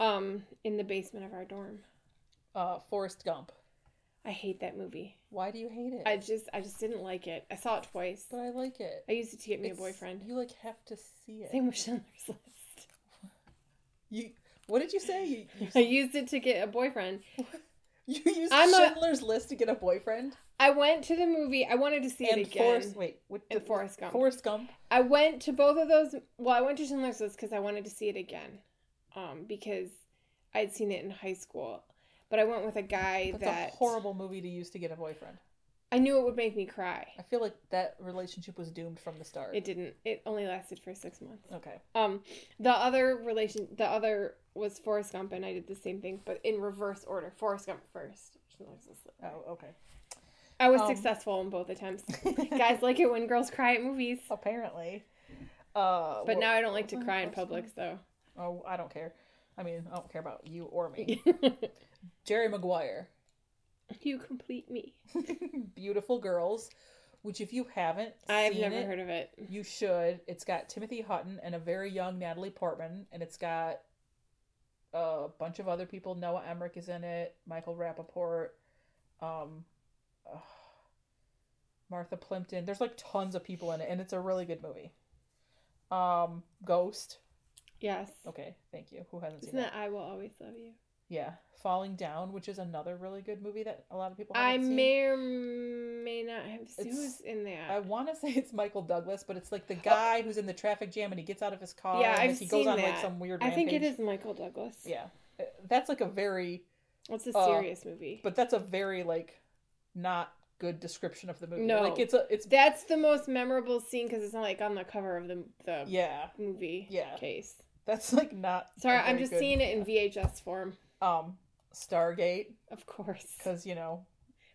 A: Um, in the basement of our dorm.
B: Uh, Forrest Gump.
A: I hate that movie.
B: Why do you hate it?
A: I just I just didn't like it. I saw it twice.
B: But I like it.
A: I used it to get me a
B: It's-
A: boyfriend.
B: You like have to see it.
A: Same with Schindler's List.
B: You. What did you say? You, you,
A: I used it to get a boyfriend.
B: you used
A: I'm a-
B: Schindler's List to get a boyfriend
A: I went to the movie. I wanted to see
B: and
A: it again.
B: Forrest. Wait, what?
A: and
B: did-
A: Forrest Gump.
B: Forrest Gump.
A: I went to both of those. Well, I went to Schindler's List because I wanted to see it again, um, because I'd seen it in high school. But I went with a guy
B: That's
A: that
B: a horrible movie to use to get a boyfriend.
A: I knew it would make me cry.
B: I feel like that relationship was doomed from the start.
A: It didn't. It only lasted for six months.
B: Okay.
A: Um, the other relation, the other was Forrest Gump, and I did the same thing, but in reverse order. Forrest Gump first. Schindler's List later.
B: Oh, okay.
A: I was
B: Um.
A: successful in both attempts. Guys like it when girls cry at movies,
B: Apparently. Uh,
A: but
B: wh-
A: now I don't like to
B: Oh, what was
A: cry in
B: the first
A: public, so.
B: one? Oh, I don't care. I mean, I don't care about you or me. Jerry Maguire,
A: you complete me.
B: Beautiful Girls, which if you haven't,
A: I've
B: seen
A: never
B: it,
A: heard of it.
B: You should. It's got Timothy Hutton and a very young Natalie Portman, and it's got a bunch of other people. Noah Emmerich is in it. Michael Rappaport. Um, ugh, Martha Plimpton. There's like tons of people in it, and it's a really good movie. Um, Ghost.
A: Yes.
B: Okay, thank you. Who hasn't
A: Isn't
B: seen that?
A: that I Will Always Love You?
B: Yeah, Falling Down, which is another really good movie that a lot of people.
A: I
B: haven't seen.
A: may or may not have seen
B: It's-
A: who's in that.
B: I want to say it's Michael Douglas, but it's like the guy who's in the traffic jam and he gets out of his car.
A: Yeah,
B: and
A: I've
B: like, he goes
A: seen
B: on like
A: that.
B: some weird.
A: I think it
B: rampage.
A: is Michael Douglas.
B: Yeah, Uh, that's like a very,
A: It's a
B: Uh,
A: serious movie.
B: but that's a very like, not good description of the movie.
A: No.
B: like it's a it's
A: That's the most memorable scene because it's not like on the cover of the the
B: yeah,
A: movie
B: Yeah.
A: case.
B: that's like not. a
A: Sorry, I'm
B: very
A: just
B: good-
A: seeing it in VHS form,
B: Um, Stargate,
A: of course.
B: because you know,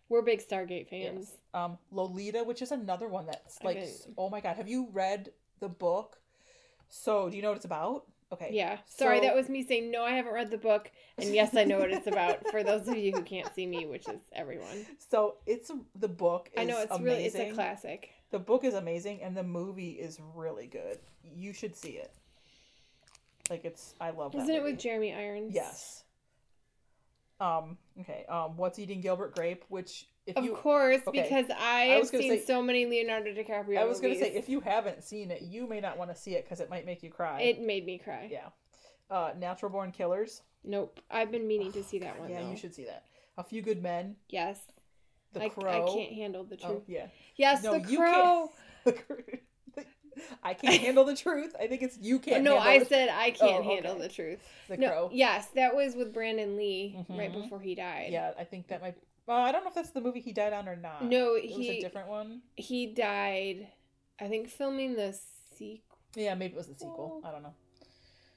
A: We're big Stargate fans.
B: um, Lolita, which is another one that's
A: I
B: like,
A: haven't-
B: s- oh my god, have you read the book? So do you know what it's about? Okay.
A: Yeah. Sorry,
B: So-
A: that was me saying no, I haven't read the book, and yes, I know what it's about. For those of you who can't see me, which is everyone,
B: So it's the book. Is
A: I know it's
B: amazing.
A: really it's a classic.
B: The book is amazing and the movie is really good. You should see it. Like it's I love that.
A: Isn't it
B: movie.
A: with Jeremy Irons?
B: Yes. Um, okay. Um, What's Eating Gilbert Grape, which if
A: Of
B: you
A: course,
B: okay.
A: because I,
B: I
A: have
B: was gonna
A: seen
B: say-
A: so many Leonardo DiCaprio.
B: I was going to
A: movies.
B: say if you haven't seen it, you may not want to see it cuz it might make you cry.
A: it made me cry.
B: Yeah. Uh, Natural Born Killers.
A: Nope, I've been meaning to see that
B: God,
A: one.
B: yeah,
A: though.
B: you should see that. A Few Good Men,
A: Yes,
B: The
A: I,
B: Crow.
A: I can't handle the truth.
B: Oh, yeah.
A: Yes,
B: No,
A: the
B: you
A: crow.
B: I can't handle the truth. I think it's you can't
A: no,
B: handle
A: I
B: the-
A: said I can't
B: Oh,
A: handle
B: okay.
A: the truth.
B: The
A: no,
B: Crow.
A: yes, that was with Brandon Lee right
B: Mhm.
A: before he died.
B: Yeah, I think that might. Well, I don't know if that's the movie he died on or not.
A: No,
B: it was a
A: he
B: different one.
A: he died. I think filming the sequel
B: Yeah, maybe it was the sequel. I don't know.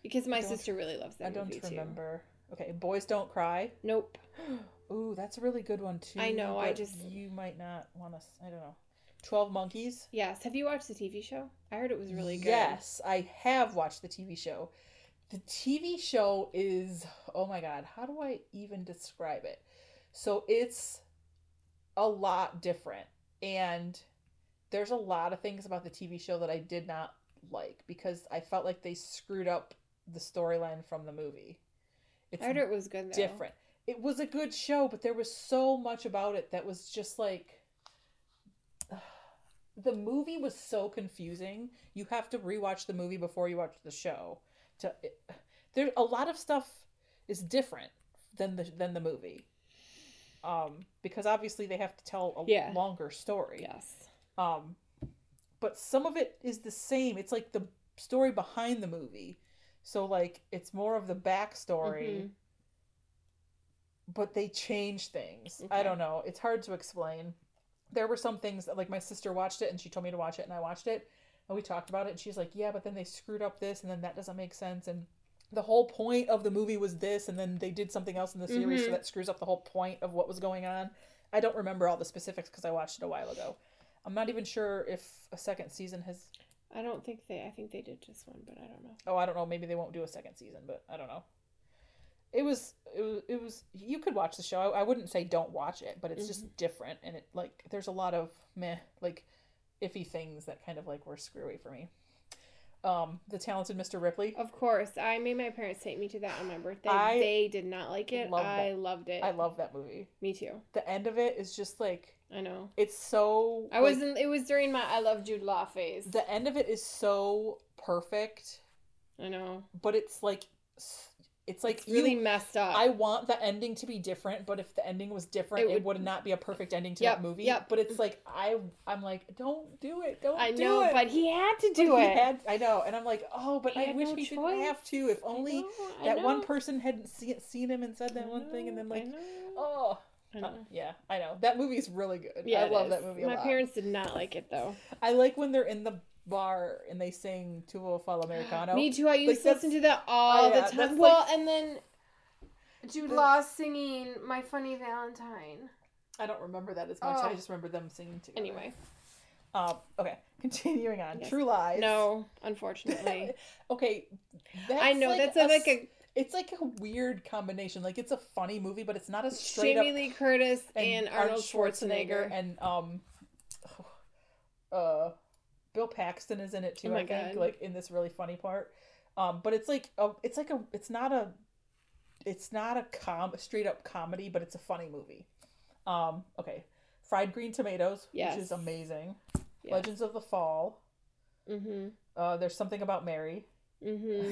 A: because my
B: I don't-
A: sister really loves that
B: I don't
A: movie too.
B: remember. Okay, Boys Don't Cry.
A: Nope.
B: Ooh, that's a really good one too.
A: I know, I
B: but
A: just-
B: you might not want to. I don't know. Twelve Monkeys.
A: Yes. Have you watched the TV show? I heard it was really good.
B: Yes, I have watched the TV show. the TV show is oh my god, how do I even describe it? So it's a lot different and there's a lot of things about the TV show that I did not like because I felt like they screwed up the storyline from the movie. It's
A: I heard it was good though.
B: different. It was a good show, but there was so much about it that was just like the movie was so confusing. You have to rewatch the movie before you watch the show. To there, a lot of stuff is different than the than the movie, um, because obviously they have to tell a
A: Yeah.
B: longer story.
A: Yes.
B: Um, but some of it is the same. It's like the story behind the movie. So like it's more of the backstory.
A: Mhm.
B: But they change things. I
A: Okay.
B: don't know. It's hard to explain. There were some things that like my sister watched it and she told me to watch it and I watched it and we talked about it and she's like, "Yeah, but then they screwed up this and then that doesn't make sense and the whole point of the movie was this and then they did something else in the series so
A: Mhm.
B: that screws up the whole point of what was going on." I don't remember all the specifics because I watched it a while ago. I'm not even sure if a second season has.
A: I don't think they. I think they did just one, but I don't know.
B: Oh, I don't know. Maybe they won't do a second season, but I don't know. It was, it was, it was. You could watch the show. I, I wouldn't say don't watch it, but it's
A: Mm-hmm.
B: just different, and it like there's a lot of meh, like iffy things that kind of like were screwy for me. Um, the talented Mr. Ripley.
A: Of course, I made my parents take me to that on my birthday.
B: I
A: they did not like it.
B: love
A: I loved it.
B: I love that movie.
A: me too.
B: The end of it is just like
A: I know.
B: it's so.
A: I
B: like,
A: wasn't. It was during my I love Jude Law phase.
B: The end of it is so perfect,
A: I know.
B: but it's like, s- it's like
A: It's really
B: you-
A: messed up.
B: I want the ending to be different, but if the ending was different, it
A: It
B: would,
A: would-
B: not be a perfect ending to
A: Yep,
B: that movie.
A: yep.
B: But it's like I I'm like, don't do it, don't
A: I
B: do
A: know,
B: it.
A: but he had to do
B: But he
A: it.
B: had- I know, and I'm like, oh, but
A: He
B: I
A: had
B: wish
A: no
B: we didn't have to. If only that one person hadn't see, seen him and said that one thing, and then like, oh,
A: I
B: uh,
A: know.
B: yeah, I know that movie's really good.
A: yeah,
B: I love that movie a
A: My
B: lot.
A: parents did not like it though.
B: I like when they're in the bar and they sing "Tuvo Fall Americano."
A: Me too. I used to
B: that's- Oh,
A: listen to that all
B: yeah,
A: the
B: that's
A: time.
B: like-
A: Well, and then
C: Jude
B: The-
C: Law singing "My Funny Valentine."
B: I don't remember that as much.
C: Oh.
B: I just remember them singing together.
A: anyway,
B: Um, okay, continuing on.
A: Yes.
B: True Lies.
A: no, unfortunately,
B: okay. That's
A: I know that's a, like a
B: It's like a weird combination. Like it's a funny movie, but it's not a straight
A: Jamie
B: up.
A: Lee Curtis and, Arnold Schwarzenegger.
B: and um, uh, Bill Paxton is in it too.
A: Oh my
B: I think
A: God.
B: like in this really funny part. Um, but it's like a, it's like a, it's not a, it's not a com straight up comedy, but it's a funny movie. Um, okay, Fried Green Tomatoes,
A: Yes.
B: which is amazing.
A: Yes.
B: Legends of the Fall.
A: Mm-hmm.
B: Uh, there's something about Mary.
A: Mm-hmm.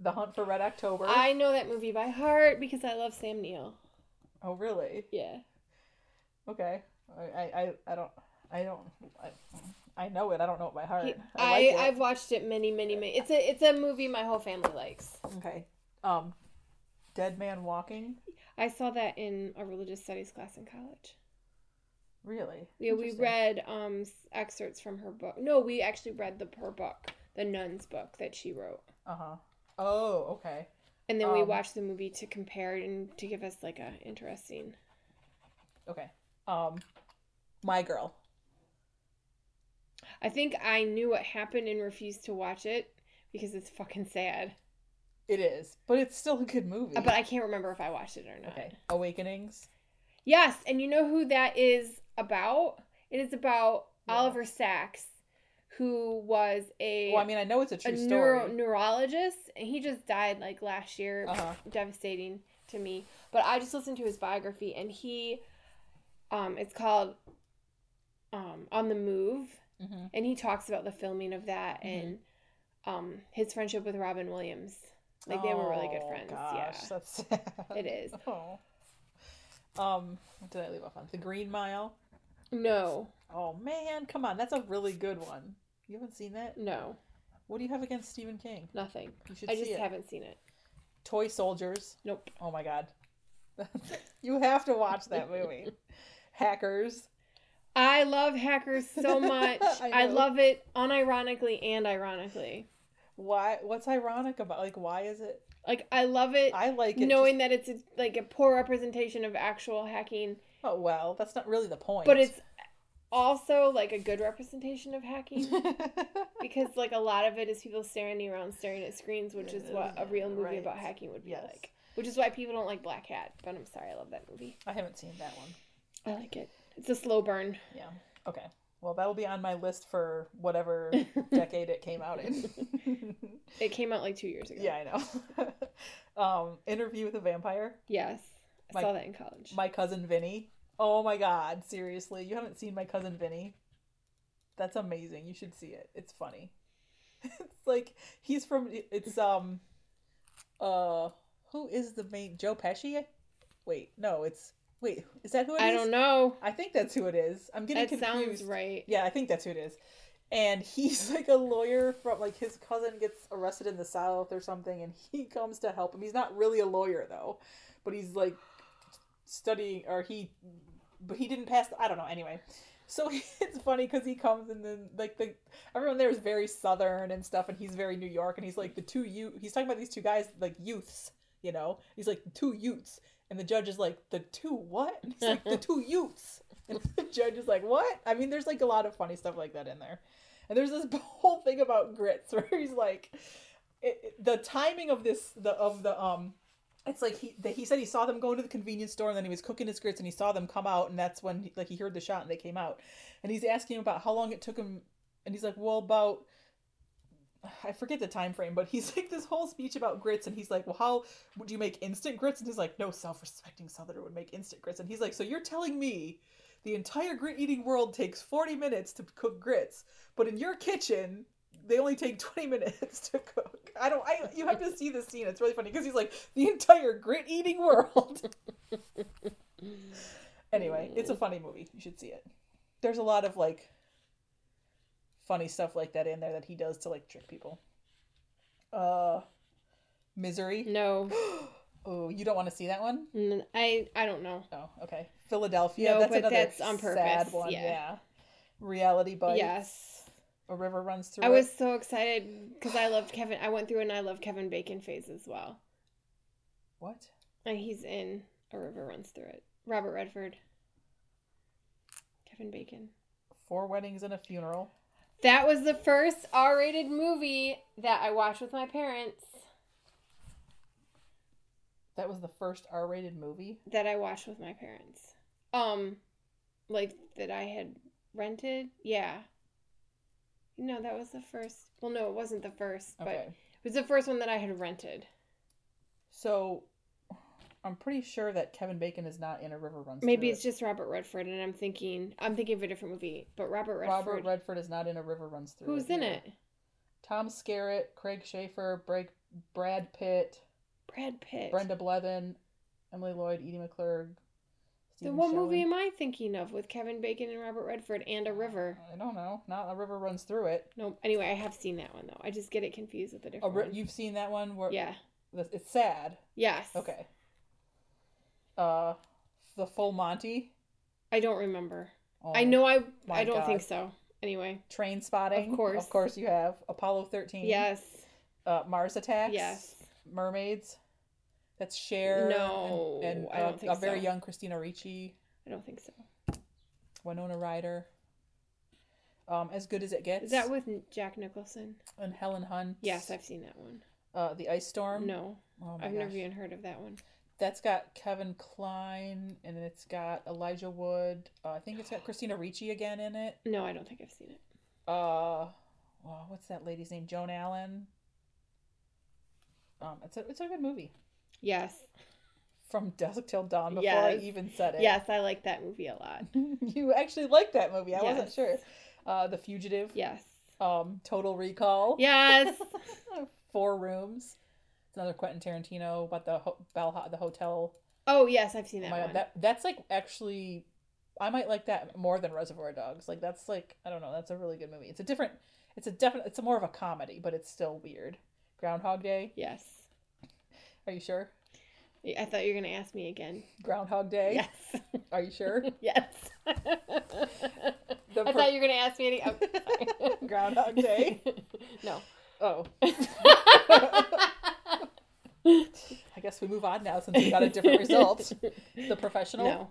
B: The Hunt for Red October.
A: I know that movie by heart because I love Sam Neill.
B: Oh really?
A: Yeah.
B: Okay. I I, I, I don't I don't I, I know it. I don't know it by heart.
A: He-
B: I,
A: I,
B: like
A: I've watched it many, many, many. It's a it's a movie my whole family likes.
B: it. Okay. Um, Dead Man Walking.
A: I saw that in a religious studies class in college.
B: Really?
A: Yeah, we
B: Interesting.
A: read um s- excerpts from her book. No, we actually read the her book, the nun's book that she wrote,
B: Uh-huh. Oh, okay.
A: and then we
B: Um,
A: watched the movie to compare it and to give us like a interesting.
B: Okay. Um My Girl.
A: I think I knew what happened and refused to watch it because it's fucking sad.
B: It is. But it's still a good movie.
A: But I can't remember if I watched it or not.
B: okay. Awakenings.
A: Yes, and you know who that is about? It is about
B: Yeah.
A: Oliver Sacks, who was a,
B: Well, I mean, I know it's a
A: a
B: true story.
A: neuro- neurologist, and he just died like last year.
B: uh-huh.
A: Devastating to me. But I just listened to his biography, and he, um, it's called um, On the Move,
B: hmm
A: and he talks about the filming of that
B: Mm-hmm.
A: and um, his friendship with Robin Williams. Like they were really good friends.
B: Oh, Gosh,
A: yeah,
B: that's sad.
A: it is.
B: Oh. Um, what did I leave off on? The Green Mile.
A: No,
B: Oh man, come on, that's a really good one. You haven't seen that?
A: no,
B: What do you have against Stephen King?
A: nothing.
B: You should
A: I
B: see
A: just
B: it.
A: haven't seen it.
B: Toy Soldiers.
A: Nope.
B: Oh my god, you have to watch that movie. Hackers.
A: I love hackers so much.
B: I
A: I,
B: know.
A: love it unironically and ironically.
B: Why? What's ironic about? Like, why is it?
A: Like I love it
B: I like it.
A: knowing that it's a, like a poor representation of actual hacking,
B: just- oh well, that's not really the point.
A: but it's also like a good representation of hacking because like a lot of it is people standing around staring at screens, which is what a real movie
B: Right.
A: about hacking would be
B: Yes.
A: like. Which is why people don't like Black Hat, but I'm sorry, I love that movie.
B: I haven't seen that one.
A: I like it. It's a slow burn.
B: Yeah. Okay. Well, that will be on my list for whatever decade it came out in.
A: It came out like two years ago.
B: yeah, I know. um, Interview with a Vampire.
A: Yes. I
B: My-
A: saw that in college.
B: My cousin Vinny. Oh my god, seriously. You haven't seen my cousin Vinny? That's amazing. You should see it. It's funny. It's like he's from it's um uh who is the main Joe Pesci? Wait, no, it's wait, is that who it is?
A: I don't know.
B: I think that's who it is. I'm getting
A: That
B: confused.
A: sounds right.
B: Yeah, I think that's who it is. And he's like a lawyer from like his cousin gets arrested in the South or something, and he comes to help him. He's not really a lawyer though, but he's like studying or he, but he didn't pass. I don't know. Anyway, so it's funny because he comes and then like the everyone there is very Southern and stuff, and he's very New York, and he's like the two you. He's talking about these two guys like youths, you know. He's like two youths, and the judge is like the two what? And he's like the two youths. And the judge is like, what? I mean, there's like a lot of funny stuff like that in there. And there's this whole thing about grits where he's like, it, it- the timing of this, the of the um, it's like he that he said he saw them go into the convenience store and then he was cooking his grits and he saw them come out and that's when he, like he heard the shot and they came out, and he's asking him about how long it took him, and he's like, well, about. I forget the time frame, but he's like this whole speech about grits, and he's like, "Well, how would you make instant grits?" And he's like, "No self-respecting southerner would make instant grits." And he's like, "So you're telling me the entire grit eating world takes 40 minutes to cook grits, but in your kitchen, they only take 20 minutes to cook. I don't, I, you have to see this scene. It's really funny because he's like, the entire grit eating world. anyway, it's a funny movie. You should see it. There's a lot of like funny stuff like that in there that he does to like trick people. Uh, Misery.
A: No.
B: Oh, you don't want to see that one?
A: N- I I don't know.
B: Oh, okay. Philadelphia.
A: No,
B: that's
A: but
B: another
A: that's on
B: sad
A: purpose,
B: one. Yeah.
A: yeah.
B: Reality bites.
A: Yes.
B: A river runs through.
A: I
B: it.
A: was so excited because I loved Kevin. I went through and I love Kevin Bacon phase as well.
B: What?
A: And he's in A River Runs Through It. Robert Redford. Kevin Bacon.
B: Four weddings and a funeral.
A: That was the first R rated movie that I watched with my parents.
B: That was the first R-rated movie.
A: That I watched with my parents. Um, like that I had rented. Yeah. No, that was the first. Well, no, it wasn't the first, but
B: Okay.
A: it was the first one that I had rented.
B: So, I'm pretty sure that Kevin Bacon is not in a river runs.
A: Maybe
B: through
A: it's just Robert Redford, and I'm thinking I'm thinking of a different movie, but Robert
B: It.
A: Redford.
B: Robert Redford is not in a river runs through.
A: who's in
B: either.
A: it?
B: Tom Skerritt, Craig Schaefer, Brad, Brad Pitt,
A: Brad Pitt.
B: Brenda Blevin, Emily Lloyd, Edie McClurg.
A: Then
B: Stephen
A: what
B: Schilling.
A: movie am I thinking of with Kevin Bacon and Robert Redford and a river?
B: I don't know. Not a river runs through it.
A: No, anyway, I have seen that one though. I just get it confused with the
B: A
A: different.
B: ri-
A: one.
B: you've seen that one where
A: Yeah.
B: the- it's sad.
A: Yes.
B: Okay. Uh, the Full Monty.
A: I don't remember.
B: Oh,
A: I know I.
B: my
A: I don't think
B: God.
A: so. Anyway.
B: Train Spotting.
A: Of course.
B: Of course, you have Apollo thirteen.
A: Yes.
B: Uh, Mars Attacks.
A: Yes.
B: Mermaids. That's Cher.
A: No,
B: And, and,
A: I don't
B: uh,
A: think
B: a very
A: so.
B: young Christina Ricci,
A: I don't think so.
B: Winona Ryder. Um, as good as it gets.
A: Is that with Jack Nicholson?
B: and Helen Hunt.
A: Yes, I've seen that one.
B: Uh, the Ice Storm.
A: No,
B: Oh my
A: I've
B: gosh.
A: never even heard of that one.
B: That's got Kevin Klein and it's got Elijah Wood. Uh, I think it's got Christina Ricci again in it.
A: No, I don't think I've seen it.
B: uh well, what's that lady's name joan allen um it's a, it's a good movie
A: Yes.
B: from dusk till dawn before i
A: Yes.
B: even said it
A: Yes, I like that movie a lot.
B: you actually liked that movie i wasn't
A: Yes.
B: sure uh the fugitive
A: Yes.
B: um total recall
A: Yes.
B: four rooms it's another quentin tarantino about the ho- bellho- the hotel
A: Oh yes, I've seen
B: oh
A: that
B: my
A: one.
B: god that that's like actually i might like that more than reservoir dogs like that's like i don't know that's a really good movie it's a different it's a definite it's a more of a comedy but it's still weird groundhog day
A: Yes.
B: Are you sure?
A: I thought you were gonna ask me again.
B: Groundhog Day?
A: Yes.
B: Are you sure?
A: Yes.
B: The
A: I
B: per-
A: thought you were gonna ask me. Any- oh, sorry.
B: Groundhog Day?
A: no.
B: Oh. I guess we move on now since we got a different result. The Professional?
A: No.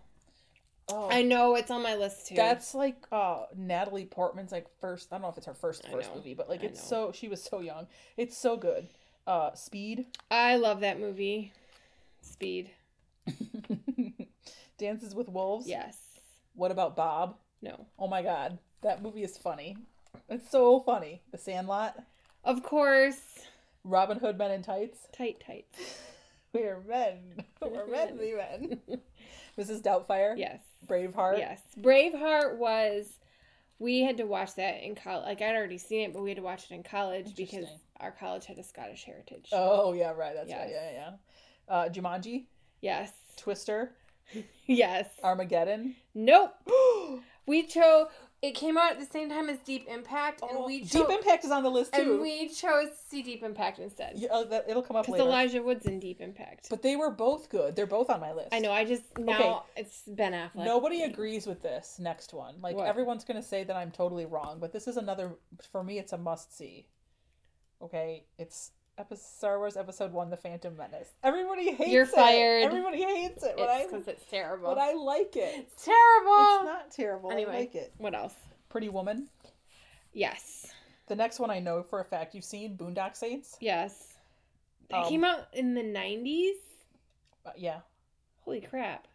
B: Oh,
A: I know it's on my list too.
B: that's like uh, Natalie Portman's like first. I don't know if it's her first
A: I
B: first
A: know.
B: movie, but like
A: I
B: it's
A: know.
B: so she was so young. It's so good. Uh, Speed.
A: I love that movie. Speed.
B: Dances with Wolves.
A: Yes.
B: What about Bob?
A: No.
B: Oh my god, that movie is funny. It's so funny. The Sandlot,
A: Of course.
B: Robin Hood Men in Tights.
A: Tight, tight.
B: We are men. We're manly men. Mrs. Doubtfire.
A: Yes.
B: Braveheart.
A: Yes. Braveheart was we had to watch that in college. Like I'd already seen it, but we had to watch it in college because
B: Interesting.
A: our college had a Scottish heritage.
B: Oh yeah, right. That's right. Yeah,
A: Yes.
B: yeah. yeah. Uh, Jumanji,
A: Yes.
B: Twister,
A: Yes.
B: Armageddon.
A: Nope. We chose it came out at the same time as Deep Impact and
B: Oh,
A: we chose
B: Deep Impact is on the list too.
A: and we chose to see Deep Impact instead.
B: Yeah, oh, that, it'll come up
A: Because
B: later.
A: Elijah Wood's in Deep Impact.
B: But they were both good. They're both on my list.
A: I know. I just now it's Ben Affleck.
B: Nobody agrees with this next one. Like
A: What?
B: everyone's gonna say that I'm totally wrong, but this is another for me. It's a must see. Okay, it's episode, Star Wars Episode One: The Phantom Menace. Everybody hates
A: You're
B: it.
A: fired.
B: Everybody hates it. But I
A: It's because it's terrible.
B: but I like it.
A: it's terrible.
B: It's not terrible.
A: Anyway.
B: I like it.
A: what else?
B: Pretty Woman.
A: Yes.
B: The next one I know for a fact you've seen Boondock Saints.
A: Yes. That
B: Um,
A: came out in the nineties.
B: Uh, yeah.
A: Holy crap.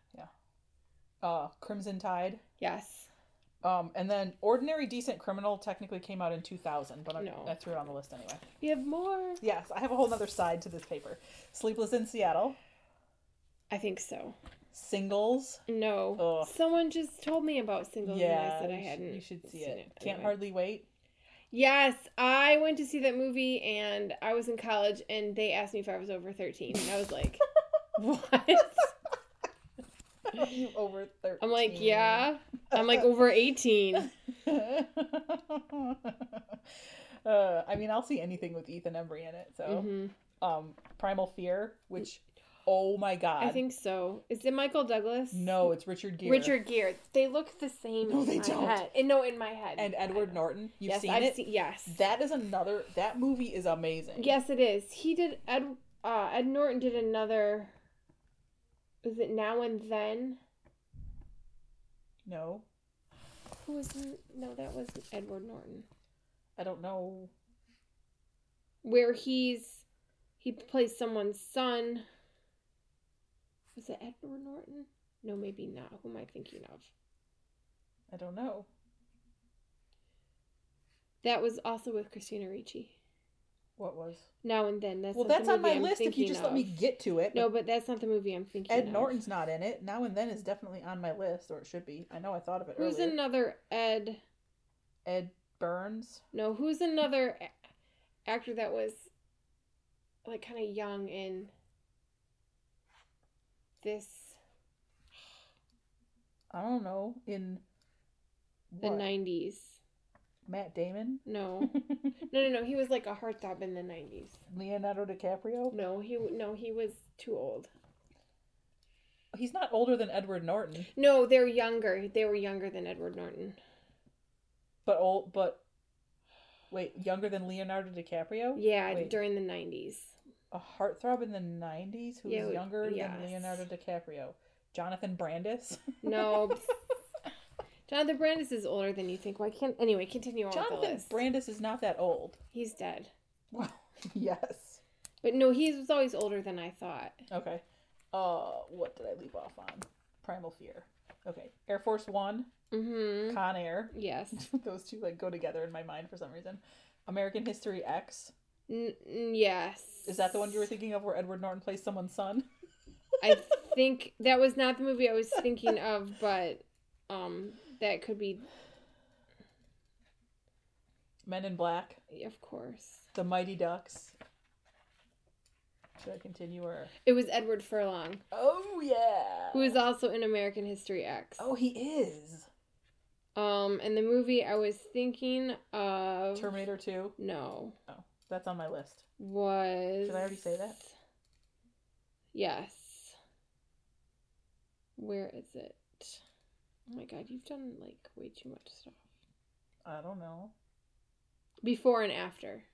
B: Uh, Crimson Tide.
A: Yes.
B: Um, and then Ordinary Decent Criminal technically came out in 2000, but I'm,
A: No.
B: I threw it on the list anyway.
A: We have more.
B: Yes, I have a whole nother side to this paper. Sleepless in Seattle,
A: I think so.
B: Singles.
A: No.
B: Ugh.
A: Someone just told me about singles and
B: yeah,
A: I said I
B: you should-
A: hadn't.
B: You should see
A: seen
B: it. Can't
A: Anyway.
B: hardly wait.
A: Yes, I went to see that movie and I was in college and they asked me if I was over 13. And I was like, what?
B: you over thirteen.
A: I'm like, yeah. I'm like over 18.
B: uh, I mean, I'll see anything with Ethan Embry in it. So,
A: hmm
B: um, Primal Fear, which, oh my god,
A: I think so. Is it Michael Douglas?
B: no, it's Richard Gere,
A: Richard Gere. They look the same.
B: No,
A: in
B: they
A: my
B: don't.
A: Head. And no, in my head.
B: and Edward Norton. You've
A: yes,
B: seen
A: I've
B: it.
A: Seen, yes.
B: That is another. That movie is amazing.
A: yes, it is. He did. Ed. Uh, Ed Norton did another. Was it now and then?
B: No,
A: Who was? No, that was Edward Norton.
B: I don't know.
A: where he's he plays someone's son. Was it Edward Norton? No, maybe not. Who am I thinking of?
B: I don't know.
A: That was also with Christina Ricci.
B: What was?
A: Now and then. That's
B: well,
A: not
B: that's
A: the
B: on
A: movie
B: my
A: I'm
B: list. If you
A: thinking
B: just let me
A: of.
B: get to it.
A: No, but that's not the movie I'm thinking.
B: Ed
A: of.
B: Norton's not in it. Now and then is definitely on my list, or it should be. I know I thought of it
A: Who's
B: earlier.
A: another Ed?
B: Ed Burns.
A: No, who's another a- actor that was like kind of young in this
B: I don't know. In
A: the
B: what?
A: '90s?
B: Matt Damon,
A: No, no, no, no. He was like a heartthrob in the '90s.
B: Leonardo DiCaprio.
A: No, he no, he was too old.
B: He's not older than Edward Norton,
A: No, they're younger. They were younger than Edward Norton.
B: but old, but wait, younger than Leonardo DiCaprio.
A: Yeah,
B: Wait.
A: during the nineties.
B: A heartthrob in the '90s who was
A: Yeah,
B: younger
A: yes.
B: than Leonardo DiCaprio. Jonathan Brandis.
A: No. Jonathan Brandis is older than you think. Why can't anyway, continue on with the
B: Jonathan
A: list.
B: Brandis is not that old.
A: He's dead.
B: Wow. yes.
A: But no, he was always older than I thought.
B: Okay. Uh, what did I leave off on? Primal Fear. Okay. Air Force One,
A: Mm-hmm.
B: Con Air.
A: Yes.
B: Those two like go together in my mind for some reason. American History X.
A: N- n- yes.
B: Is that the one you were thinking of where Edward Norton plays someone's son?
A: I think that was not the movie I was thinking of, but um that could be
B: Men in Black,
A: of course.
B: The Mighty Ducks. Should I continue or?
A: It was Edward Furlong,
B: Oh yeah.
A: who is also in American History X.
B: Oh, he is.
A: Um, and the movie I was thinking of
B: Terminator Two.
A: No,
B: Oh, that's on my list.
A: was
B: Did I already say that?
A: Yes. Where is it? Oh my god, you've done like way too much stuff.
B: I don't know.
A: Before and after.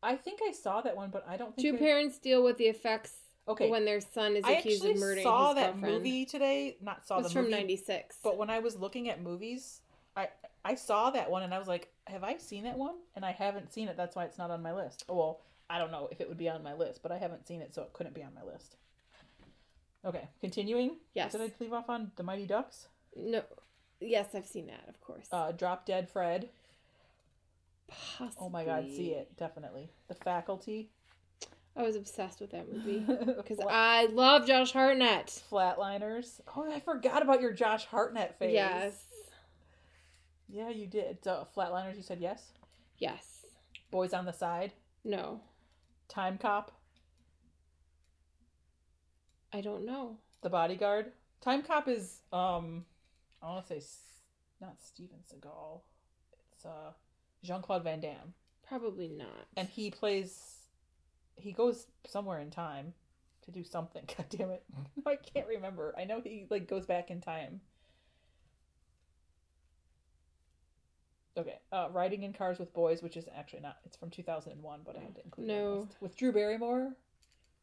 B: I think I saw that one, but I don't think
A: Two
B: I-
A: parents deal with the effects
B: Okay.
A: when their son is
B: I
A: accused
B: actually
A: of murdering
B: saw
A: his
B: that
A: girlfriend.
B: movie today. Not saw
A: it was
B: the
A: from
B: movie,
A: '96.
B: but when I was looking at movies, I I saw that one and I was like, have I seen that one? And I haven't seen it. That's why it's not on my list. Oh, well, I don't know if it would be on my list, but I haven't seen it, so it couldn't be on my list. Okay, continuing.
A: Yes.
B: Did I leave off on the Mighty Ducks?
A: No. Yes, I've seen that, of course.
B: Uh, Drop Dead Fred.
A: Possibly.
B: Oh my God, see it definitely. The Faculty.
A: I was obsessed with that movie because
B: Flat-
A: I love Josh Hartnett.
B: Flatliners. Oh, I forgot about your Josh Hartnett phase.
A: Yes,
B: Yeah, you did. Uh, Flatliners. You said yes.
A: yes.
B: Boys on the Side.
A: No,
B: Time Cop.
A: I don't know.
B: The Bodyguard. Time Cop is um, I want to say s- not Steven Seagal. It's uh, Jean Claude Van Damme,
A: Probably not.
B: and he plays. He goes somewhere in time to do something. God damn it! I can't remember. I know he like goes back in time. Okay, uh, riding in cars with boys, which is actually not. It's from two thousand and one, but I had to include. it on the
A: No.
B: list. with Drew Barrymore.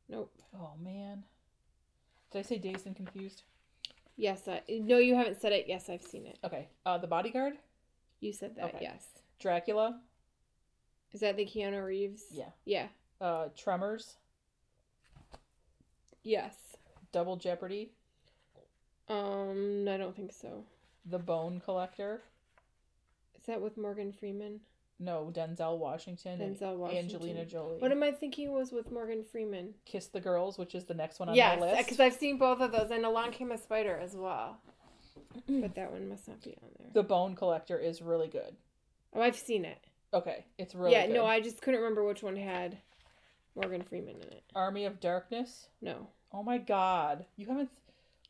A: nope.
B: Oh man, did I say dazed and confused?
A: Yes, I, no, you haven't said it. Yes, I've seen it.
B: Okay. Uh, the Bodyguard,
A: You said that.
B: Okay.
A: Yes.
B: Dracula,
A: Is that the Keanu Reeves?
B: Yeah.
A: Yeah.
B: uh, Tremors,
A: Yes.
B: Double Jeopardy,
A: Um, I don't think so.
B: The Bone Collector.
A: Is that with Morgan Freeman?
B: No, Denzel Washington and
A: Denzel Washington.
B: Angelina Jolie.
A: What am I thinking was with Morgan Freeman?
B: Kiss the Girls, which is the next one on
A: yes,
B: my list.
A: because I've seen both of those, and Along Came a Spider as well. but that one must not be on there.
B: The Bone Collector is really good.
A: Oh, I've seen it.
B: Okay, it's really
A: yeah,
B: good.
A: no, I just couldn't remember which one had Morgan Freeman in it.
B: Army of Darkness.
A: No.
B: Oh my God, you haven't.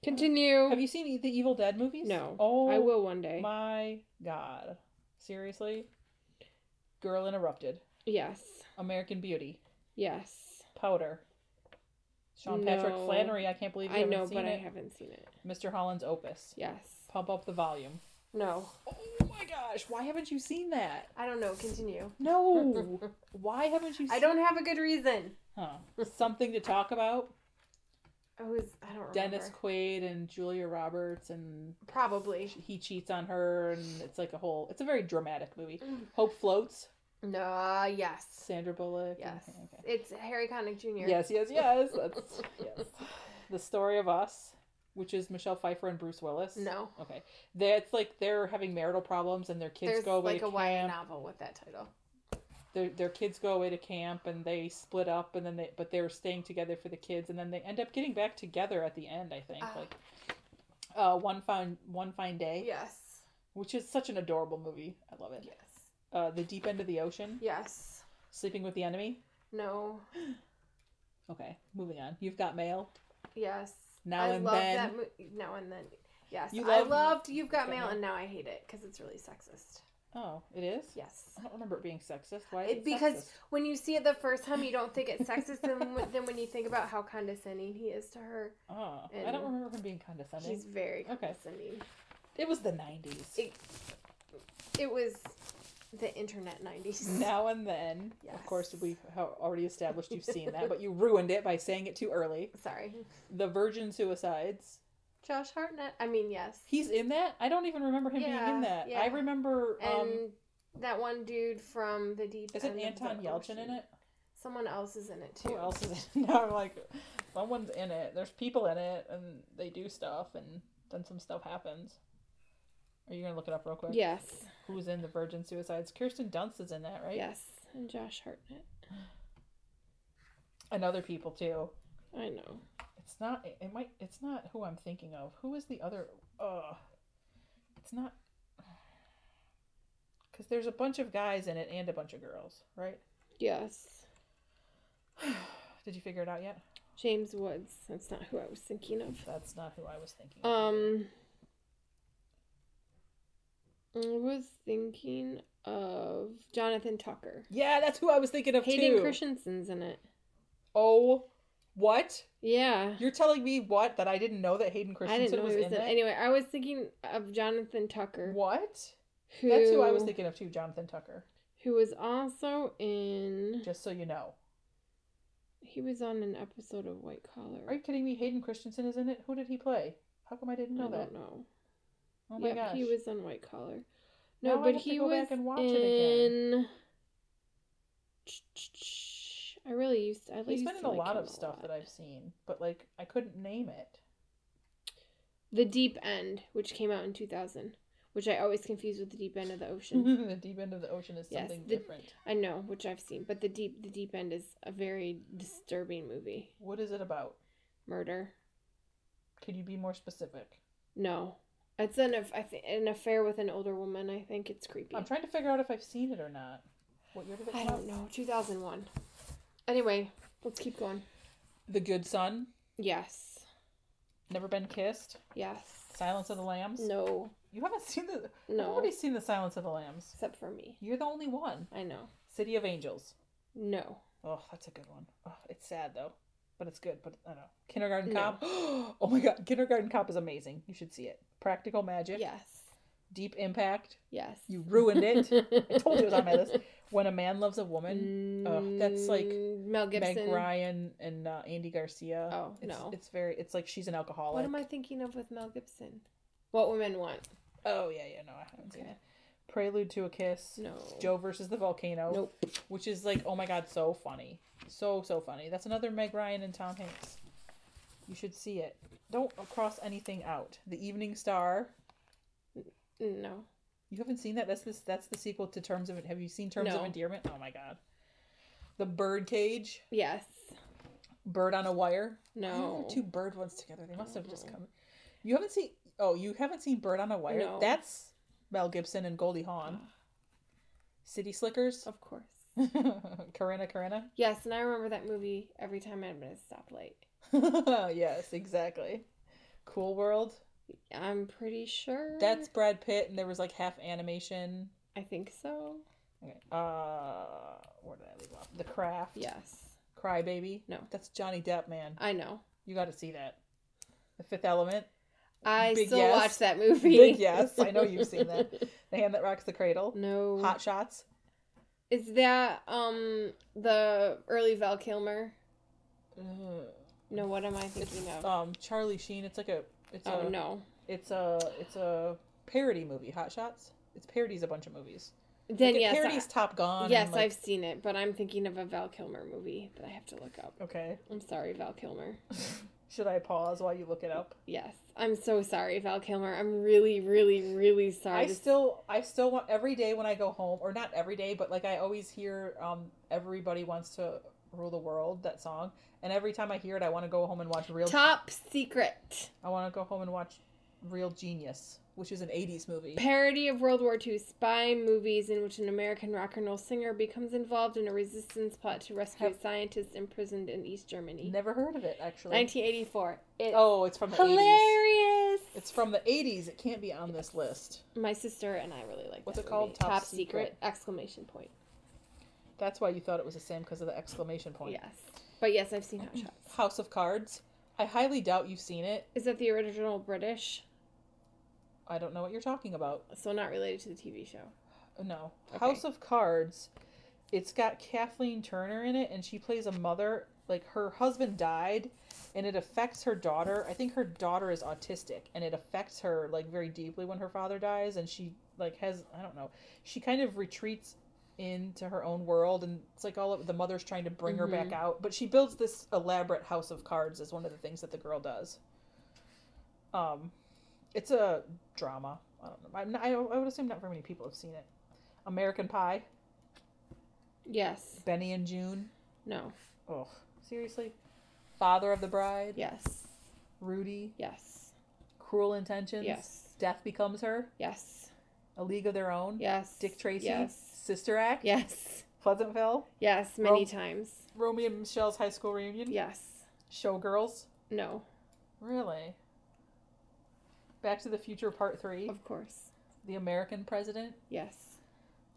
A: Continue.
B: Have you seen the Evil Dead movies?
A: No.
B: Oh,
A: I will one day.
B: My God, seriously. Girl Interrupted,
A: Yes.
B: American Beauty,
A: Yes.
B: Powder. Sean Patrick
A: No.
B: Flannery. I can't believe you
A: I
B: haven't
A: know,
B: seen
A: but
B: it.
A: I haven't seen it.
B: Mr. Holland's Opus.
A: Yes.
B: Pump up the volume.
A: No.
B: Oh my gosh, why haven't you seen that?
A: I don't know. Continue.
B: No. why haven't you seen
A: I don't have a good reason.
B: Huh. Something to talk about?
A: I was. Oh, I don't remember.
B: Dennis Quaid and Julia Roberts and
A: Probably.
B: he cheats on her and it's like a whole it's a very dramatic movie. Hope Floats,
A: No. Yes.
B: Sandra Bullock. and-
A: Yes.
B: okay.
A: It's Harry Connick Jr.
B: Yes, yes, yes. That's yes. The Story of Us, which is Michelle Pfeiffer and Bruce Willis.
A: No.
B: Okay. That's like they're having marital problems and their kids
A: There's
B: go away
A: like
B: to
A: a YA
B: camp.
A: novel with that title.
B: their their kids go away to camp and they split up and then they but they were staying together for the kids and then they end up getting back together at the end I think
A: Ah.
B: like uh one fine one fine day
A: Yes.
B: which is such an adorable movie I love it
A: Yes.
B: uh the deep end of the ocean
A: Yes.
B: sleeping with the enemy
A: No.
B: okay moving on you've got mail
A: Yes.
B: Now
A: I
B: and
A: love
B: then.
A: That mo- now and then. Yes.
B: You
A: I
B: love-
A: loved You've Got
B: Go
A: Mail,
B: ahead.
A: and now I hate it because it's really sexist.
B: oh it is
A: Yes.
B: I don't remember it being sexist why is
A: It,
B: it
A: because
B: sexist?
A: when you see it the first time, you don't think it's sexist, and w- then when you think about how condescending he is to her,
B: oh I
A: and
B: don't remember him being condescending
A: he's very
B: Okay.
A: condescending.
B: it was the 90s
A: It, it was the internet 90s.
B: now and then of
A: Yes.
B: course we've ho- already established you've seen that but you ruined it by saying it too early
A: Sorry.
B: The Virgin Suicides.
A: Josh Hartnett. I mean, yes.
B: He's in that? I don't even remember him being in
A: Yeah,
B: that.
A: yeah.
B: I remember
A: and
B: um
A: that one dude from the deep.
B: isn't
A: End of the
B: Anton Yelchin in
A: Ocean.
B: it?
A: Someone else is in it too.
B: Who else is in it? Now I'm like someone's in it. There's people in it and they do stuff and then some stuff happens. Are you gonna look it up real quick?
A: Yes.
B: Who's in the Virgin Suicides? Kirsten Dunst is in that, right?
A: Yes. And Josh Hartnett.
B: And other people too.
A: I know.
B: It's not it might it's not who I'm thinking of. Who is the other uh it's not because there's a bunch of guys in it and a bunch of girls, right?
A: Yes.
B: Did you figure it out yet?
A: James Woods. That's not who I was thinking of.
B: That's not who I was thinking. of.
A: Um. I was thinking of Jonathan Tucker.
B: yeah, that's who I was thinking of
A: Hayden
B: too.
A: Christensen's in it.
B: Oh, what?
A: Yeah.
B: You're telling me what that I didn't know that Hayden
A: I didn't
B: Christensen
A: know
B: was,
A: he was in
B: in that?
A: Anyway, I was thinking of Jonathan Tucker.
B: What?
A: Who,
B: That's who I was thinking of too, Jonathan Tucker.
A: Who was also in.
B: Just so you know,
A: He was on an episode of White Collar.
B: Are you kidding me? Hayden Christensen is in it. Who did he play? How come I didn't know
A: I
B: that?
A: don't know.
B: Oh my
A: Yep,
B: gosh.
A: he was on White Collar. No,
B: Now I
A: but
B: have to
A: he
B: go
A: was
B: back and watch
A: in.
B: it again.
A: I really used. I
B: He's
A: used
B: been
A: to
B: in a
A: like
B: lot
A: him
B: of stuff
A: lot.
B: that I've seen, but like I couldn't name it.
A: The Deep End, which came out in 2000, which I always confuse with The Deep End of the Ocean.
B: the deep end of the ocean is
A: Yes,
B: something
A: the-
B: different.
A: I know, which I've seen, but The Deep The Deep End is a very disturbing movie.
B: What is it about?
A: Murder.
B: Could you be more specific?
A: No. It's an aff- I thi- an affair with an older woman. I think it's creepy.
B: I'm trying to figure out if I've seen it or not. What year did it
A: I
B: come out?
A: don't know. 2001. Anyway, let's keep going.
B: The Good Son,
A: Yes.
B: Never Been Kissed,
A: Yes.
B: Silence of the Lambs.
A: No.
B: You haven't seen the
A: No.
B: Nobody's seen the Silence of the Lambs.
A: Except for me.
B: You're the only one.
A: I know.
B: City of Angels.
A: No.
B: Oh, that's a good one. Oh, it's sad though, but it's good. But I don't know. Kindergarten
A: No.
B: Cop. Oh my God, Kindergarten Cop is amazing. You should see it. Practical Magic.
A: Yes.
B: Deep Impact.
A: Yes.
B: You ruined it. I told you it was on my list. When a Man Loves a Woman. Ugh, that's like
A: Mm, Mel Mm-hmm. Gibson.
B: Meg Ryan and uh, Andy Garcia.
A: Oh,
B: it's,
A: no.
B: It's very. It's like she's an alcoholic.
A: What am I thinking of with Mel Gibson? What women want?
B: Oh yeah, yeah. No, I haven't seen
A: Okay.
B: it. Prelude to a Kiss.
A: No.
B: Joe versus the Volcano.
A: Nope.
B: which is like oh my god so funny so so funny that's another meg ryan and tom hanks you should see it don't cross anything out the evening star
A: Mm, No.
B: you haven't seen that that's this that's the sequel to terms of have you seen terms of
A: No.
B: endearment oh my god the bird cage
A: Yes.
B: bird on a wire Why are there
A: No.
B: two bird ones together they must have just come you haven't seen oh you haven't seen bird on a wire
A: No.
B: that's mel gibson and goldie hawn city slickers
A: Of course.
B: Karina Karina
A: Yes, and I remember that movie every time I'm at a stoplight.
B: yes, exactly. Cool World.
A: I'm pretty sure.
B: That's Brad Pitt, and there was like half animation.
A: I think so.
B: Okay. Uh, where did I leave off? The Craft.
A: Yes.
B: Cry Baby.
A: No.
B: That's Johnny Depp, man.
A: I know.
B: You got to see that. The Fifth Element.
A: I
B: Big
A: still
B: yes.
A: watch that movie.
B: Big yes. I know you've seen that. The Hand That Rocks the Cradle.
A: No.
B: Hot Shots.
A: Is that um the early Val Kilmer? No, what am I thinking of?
B: Um, Charlie Sheen. It's like a. It's uh,
A: Oh
B: a.
A: no.
B: It's a. It's a parody movie. Hot Shots. It's parodies a bunch of movies.
A: Then
B: Like, it
A: yes,
B: parodies
A: I-
B: Top Gun. and,
A: yes,
B: like-
A: I've seen it, but I'm thinking of a Val Kilmer movie that I have to look up.
B: Okay.
A: I'm sorry, Val Kilmer.
B: Should I pause while you look it up?
A: Yes, I'm so sorry, Val Kilmer. I'm really, really, really sorry.
B: I
A: to-
B: still, I still want every day when I go home, or not every day, but like I always hear, um, everybody wants to rule the world that song, and every time I hear it, I want to go home and watch real.
A: Top Secret
B: I want to go home and watch Real Genius, which is an '80s movie.
A: parody of World War II spy movies in which an American rock and roll singer becomes involved in a resistance plot to rescue
B: Have-
A: a scientist imprisoned in East Germany.
B: Never heard of it actually.
A: 1984. It's
B: Oh, it's from the '80s.
A: hilarious.
B: It's from the '80s. It can't be on this list.
A: My sister and I really like.
B: What's
A: that
B: it called?
A: movie.
B: Top
A: Top,
B: Secret?
A: secret. exclamation point.
B: That's why you thought it was the same because of the exclamation point.
A: Yes, but yes, I've seen Hot Shots.
B: House of Cards. I highly doubt you've seen it.
A: Is that the original British?
B: I don't know what you're talking about. Uh,
A: So not related to the TV show.
B: No.
A: Okay.
B: House of Cards. It's got Kathleen Turner in it, and she plays a mother. Like her husband died, and it affects her daughter. I think her daughter is autistic, and it affects her like very deeply when her father dies, and she like has I don't know. She kind of retreats into her own world, and it's like all of the mother's trying to bring her
A: Mm-hmm.
B: back out, but she builds this elaborate house of cards as one of the things that the girl does. Um, it's a drama. I don't know. I'm not, I, I would assume not very many people have seen it. American Pie,
A: Yes.
B: Benny and June.
A: No.
B: Oh, seriously? Father of the Bride,
A: Yes.
B: Rudy,
A: Yes.
B: Cruel Intentions,
A: Yes.
B: Death Becomes Her,
A: Yes.
B: A League of Their Own,
A: Yes.
B: Dick Tracy,
A: Yes.
B: Sister Act,
A: Yes.
B: Pleasantville,
A: Yes. Many
B: Ro-
A: times.
B: Romeo and Michelle's High School Reunion,
A: Yes.
B: Showgirls.
A: No.
B: Really? Back to the Future Part 3,
A: Of course.
B: The American President,
A: Yes.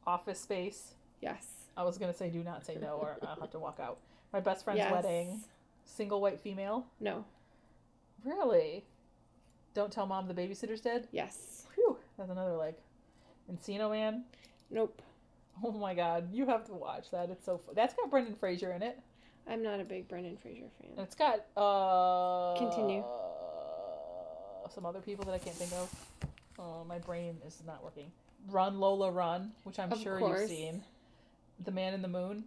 B: Office Space.
A: Yes.
B: I was going to say do not say no or I'll have to walk out. My Best Friend's
A: yes.
B: Wedding, Single White Female.
A: No.
B: Really? Don't tell mom the babysitter's dead?
A: Yes.
B: Phew, that's another like Encino Man.
A: Nope.
B: Oh my god, you have to watch that. It's so fu- that's got Brendan Fraser in it.
A: I'm not a big Brendan Fraser
B: And
A: fan.
B: it's got uh
A: Continue.
B: some other people that I can't think of. Oh, my brain is not working. Run Lola Run, which I'm
A: Of
B: sure
A: course.
B: you've seen. The Man in the Moon,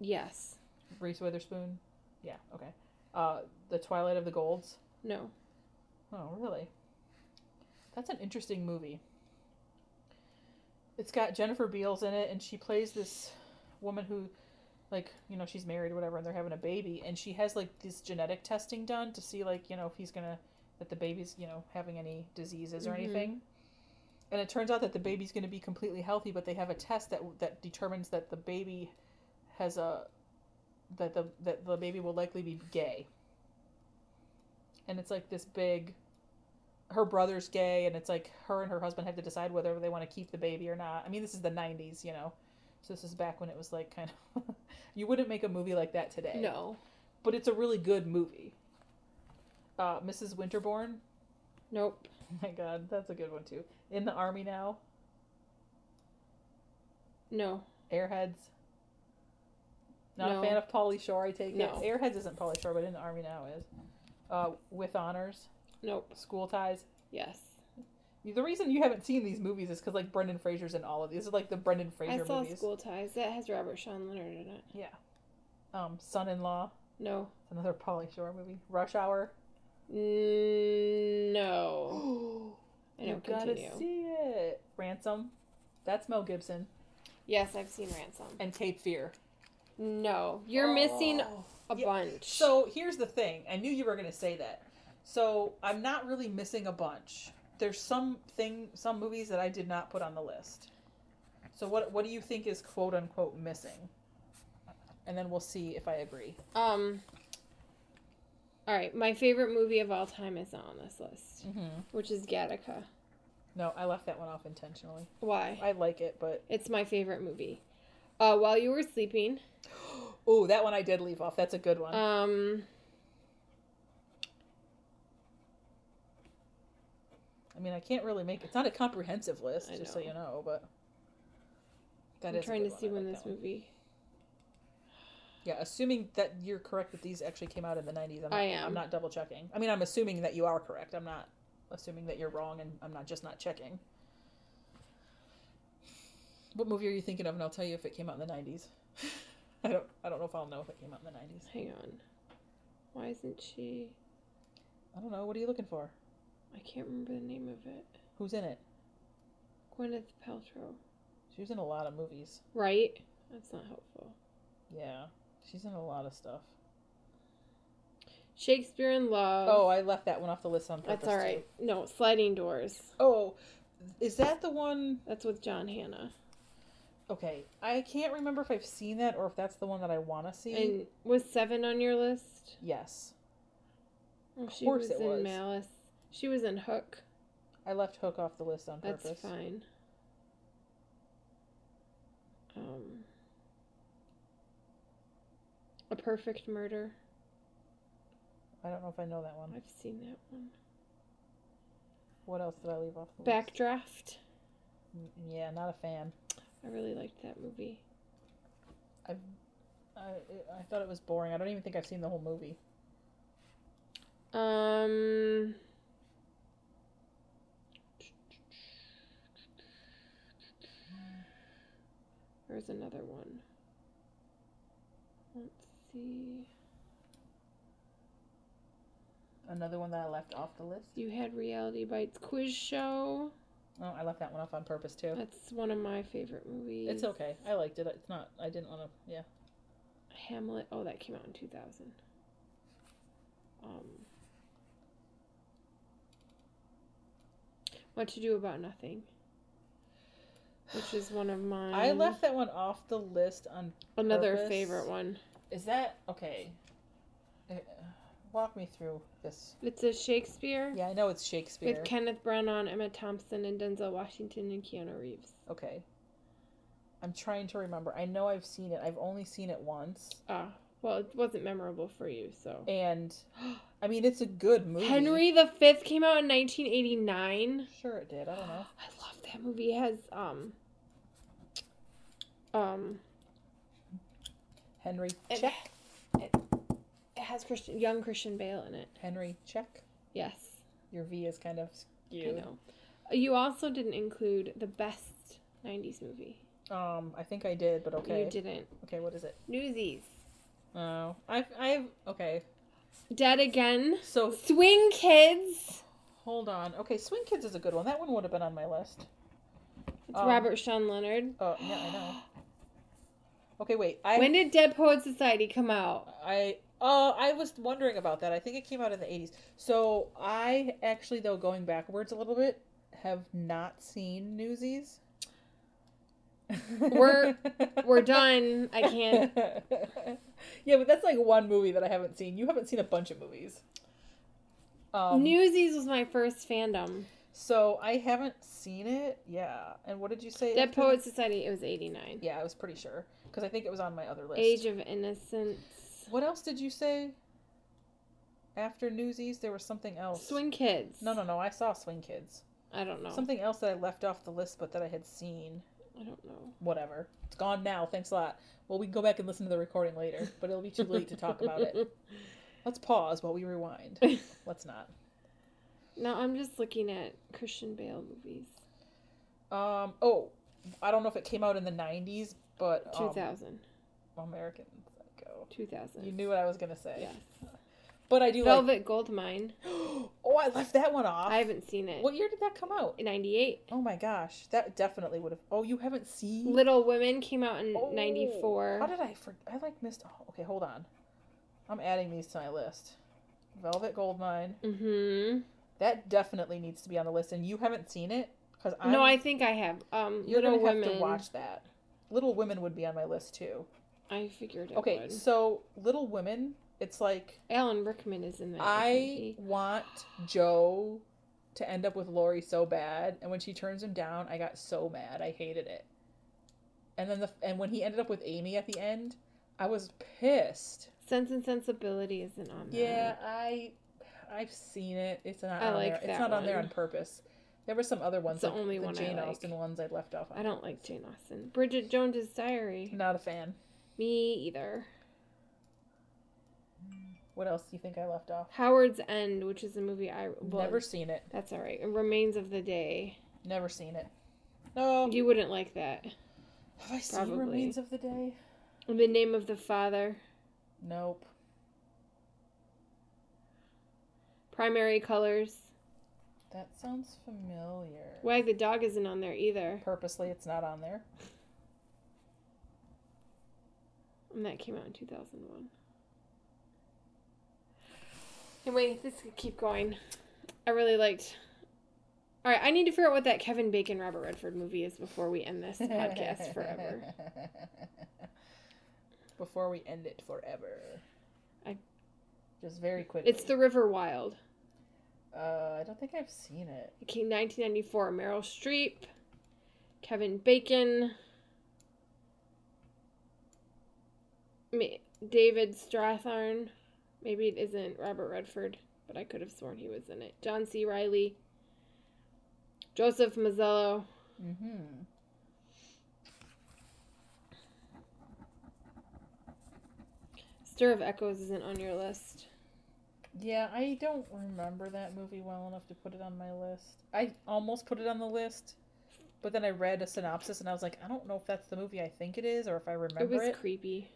A: Yes.
B: Reese Witherspoon. Yeah, okay. Uh The Twilight of the Golds.
A: No.
B: Oh, really? That's an interesting movie. It's got Jennifer Beals in it, and she plays this woman who, like, you know, she's married or whatever, and they're having a baby, and she has, like, this genetic testing done to see, like, you know, if he's gonna, that the baby's, you know, having any diseases or
A: Mhm.
B: anything. And it turns out that the baby's gonna be completely healthy, but they have a test that that determines that the baby has a that the that the baby will likely be gay. And it's like this big her brother's gay and it's like her and her husband have to decide whether they want to keep the baby or not. I mean, this is the 90s, you know. So this is back when it was like kind of you wouldn't make a movie like that today.
A: No.
B: But it's a really good movie. Uh, Mrs. Winterbourne.
A: Nope.
B: Oh my god, that's a good one too. In the Army Now,
A: No.
B: Airheads. Not
A: No.
B: a fan of Polly Shore, I take
A: No.
B: it. Airheads isn't Polly Shore, but In the Army Now is. Uh, with Honors,
A: Nope.
B: School Ties.
A: Yes.
B: The reason you haven't seen these movies is because like Brendan Fraser's in all of these. These are like the Brendan Fraser
A: I saw
B: movies.
A: School Ties. That has Robert Sean Leonard in it.
B: Yeah. Um, Son-in-Law.
A: No.
B: It's another Polly Shore movie. Rush Hour.
A: Mm, No.
B: you
A: I know.
B: gotta
A: Continue.
B: see it. Ransom. That's Mel Gibson
A: Yes, I've seen Ransom.
B: and Cape Fear.
A: No. You're missing
B: Oh.
A: a
B: Yeah.
A: bunch.
B: So here's the thing. I knew you were gonna say that. So I'm not really missing a bunch. There's some thing, some movies that I did not put on the list. So what what do you think is quote unquote missing? And then we'll see if I agree.
A: um. All right, my favorite movie of all time is not on this list,
B: Mm-hmm.
A: which is Gattaca.
B: No, I left that one off intentionally.
A: Why?
B: I like it, but
A: It's my favorite movie. Uh, While You Were Sleeping.
B: oh, that one I did leave off. That's a good one.
A: Um,
B: I mean, I can't really make it's not a comprehensive list,
A: I
B: just so
A: know.
B: you know. But that
A: I'm
B: is a
A: trying
B: good
A: to
B: one.
A: see
B: I
A: when
B: like
A: this
B: that one.
A: movie.
B: Yeah, assuming that you're correct that these actually came out in the '90s. I'm not,
A: I am.
B: I'm not double checking. I mean, I'm assuming that you are correct. I'm not assuming that you're wrong, and I'm not just not checking. What movie are you thinking of? And I'll tell you if it came out in the '90s. I don't. I don't know if I'll know if it came out in the '90s.
A: Hang on. Why isn't she?
B: I don't know. What are you looking for?
A: I can't remember the name of it.
B: Who's in it?
A: Gwyneth Paltrow.
B: She was in a lot of movies.
A: Right? That's not helpful.
B: Yeah, she's in a lot of stuff.
A: Shakespeare in Love.
B: Oh, I left that one off the list on purpose.
A: that's all right. No, Sliding Doors.
B: too. Oh, is that the one?
A: That's with John Hannah.
B: Okay, I can't remember if I've seen that or if that's the one that I want to see.
A: And was Seven on your list?
B: yes,
A: Of
B: course it
A: in
B: was.
A: Malice. She was in Hook.
B: I left Hook off the list on
A: That's
B: purpose.
A: fine. Um, a Perfect Murder.
B: I don't know if I know that one.
A: I've seen that one.
B: What else did I leave off? The list?
A: Backdraft.
B: Mm, Yeah, not a fan.
A: I really liked that movie.
B: I I thought it was boring. I don't even think I've seen the whole movie.
A: Um. There's another one. Let's see.
B: Another one that I left off the list.
A: You had Reality Bites Quiz Show.
B: Oh, I left that one off on purpose too.
A: That's one of my favorite movies.
B: It's okay. I liked it. It's not. I didn't want to. Yeah.
A: Hamlet. Oh, that came out in 2000. Um, what to Do About Nothing, which is one of my
B: I left that one off the list on
A: another
B: Purpose.
A: favorite one.
B: Is that okay? Uh, Walk me through this.
A: It's a Shakespeare
B: Yeah, I know it's Shakespeare.
A: with Kenneth Branagh, Emma Thompson, and Denzel Washington and Keanu Reeves.
B: okay. I'm trying to remember. I know I've seen it. I've only seen it once.
A: Ah, well, it wasn't memorable for you, so.
B: And I mean, it's a good movie.
A: Henry the Fifth came out in 1989.
B: Sure it did. I don't know.
A: I love that movie. It has um um
B: Henry,
A: It-
B: check.
A: It has Christian, young Christian Bale in it.
B: Henry, check.
A: Yes,
B: Your V is kind of
A: I
B: skewed.
A: know. You also didn't include the best '90s movie.
B: Um, I think I did, but okay.
A: You didn't.
B: Okay, what is it?
A: Newsies.
B: Oh, I've, I've, okay.
A: Dead again.
B: So
A: Swing Kids.
B: hold on. Okay, Swing Kids is a good one. That one would have been on my list.
A: It's
B: Um,
A: Robert Sean Leonard.
B: Oh, yeah, I know. Okay, wait. I,
A: when did Dead Poet Society come out?
B: I uh I was wondering about that. I think it came out in the 80s. So I actually though going backwards a little bit have not seen Newsies.
A: We're- We're done. I can't.
B: yeah, but that's like one movie that I haven't seen. You haven't seen a bunch of movies. Um,
A: Newsies was my first fandom.
B: so I haven't seen it. Yeah. And what did you say?
A: Dead
B: Ethan?
A: Poet Society. It was '89.
B: Yeah, I was pretty sure because I think it was on my other list.
A: Age of Innocence.
B: What else did you say? After Newsies, there was something else.
A: Swing Oh. Kids.
B: No, no, no. I saw Swing Kids.
A: I don't know.
B: Something else that I left off the list, but that I had seen.
A: I don't know.
B: Whatever. It's gone now. Thanks a lot. Well, we can go back and listen to the recording later, but it'll be too late to talk about it. Let's pause while we rewind. Let's not.
A: No, I'm just looking at Christian Bale movies.
B: Um. Oh, I don't know if it came out in the '90s, but um,
A: 2000.
B: American Psycho. You
A: 2000.
B: knew what I was gonna say.
A: Yes.
B: But I do
A: Velvet Goldmine.
B: like. oh, I left that one off.
A: I haven't seen it.
B: What year did that come out?
A: 98.
B: Oh my gosh, that definitely would have. Oh, you haven't seen.
A: Little Women came out in
B: Oh, How
A: 94.
B: did I? For- I like missed. Oh, okay, hold on. I'm adding these to my list. Velvet Goldmine.
A: Mhm.
B: That definitely needs to be on the list, and you haven't seen it because I.
A: No, I think I have. Um
B: You're
A: Little
B: gonna have
A: Women.
B: to watch that. Little Women would be on my list too.
A: I figured it
B: Okay,
A: would.
B: so Little Women. It's like
A: Alan Rickman is in that. isn't
B: I
A: he?
B: want Joe to end up with Lori so bad, and when she turns him down, I got so mad. I hated it. And then the and when he ended up with Amy at the end, I was pissed.
A: Sense and Sensibility isn't on that.
B: Yeah, I I've seen it. It's not
A: I
B: on
A: like
B: there.
A: that
B: It's not on there
A: one.
B: on purpose. There were some other ones.
A: the
B: like
A: only
B: the
A: one I
B: Jane
A: like.
B: Austen ones I left off. On.
A: I don't like Jane Austen. Bridget Jones's Diary.
B: Not a fan.
A: Me either.
B: What else do you think I left off?
A: Howard's End, which is a movie I well,
B: Never seen it.
A: That's all right. Remains of the Day.
B: Never seen it. No.
A: You wouldn't like that.
B: Have I seen
A: probably.
B: Remains of the Day?
A: In the name of the Father,
B: Nope.
A: primary colors.
B: That sounds familiar.
A: Wag the dog isn't on there either.
B: Purposely, it's not on there.
A: And that came out in 2001. Anyway, this could keep going. I really liked. All right, I need to figure out what that Kevin Bacon Robert Redford movie is before we end this podcast forever.
B: Before we end it forever.
A: I-
B: Just very quickly.
A: It's The River Wild.
B: Uh, I don't think I've seen it.
A: It came 1994. Meryl Streep, Kevin Bacon, Ma- David Strathairn. Maybe it isn't Robert Redford, but I could have sworn he was in it. John C. Riley, Joseph Mazzello.
B: Mm-hmm.
A: Stir of Echoes isn't on your list.
B: Yeah, I don't remember that movie well enough to put it on my list. I almost put it on the list, but then I read a synopsis and I was like, I don't know if that's the movie I think it is or if I remember
A: It
B: it.
A: was creepy.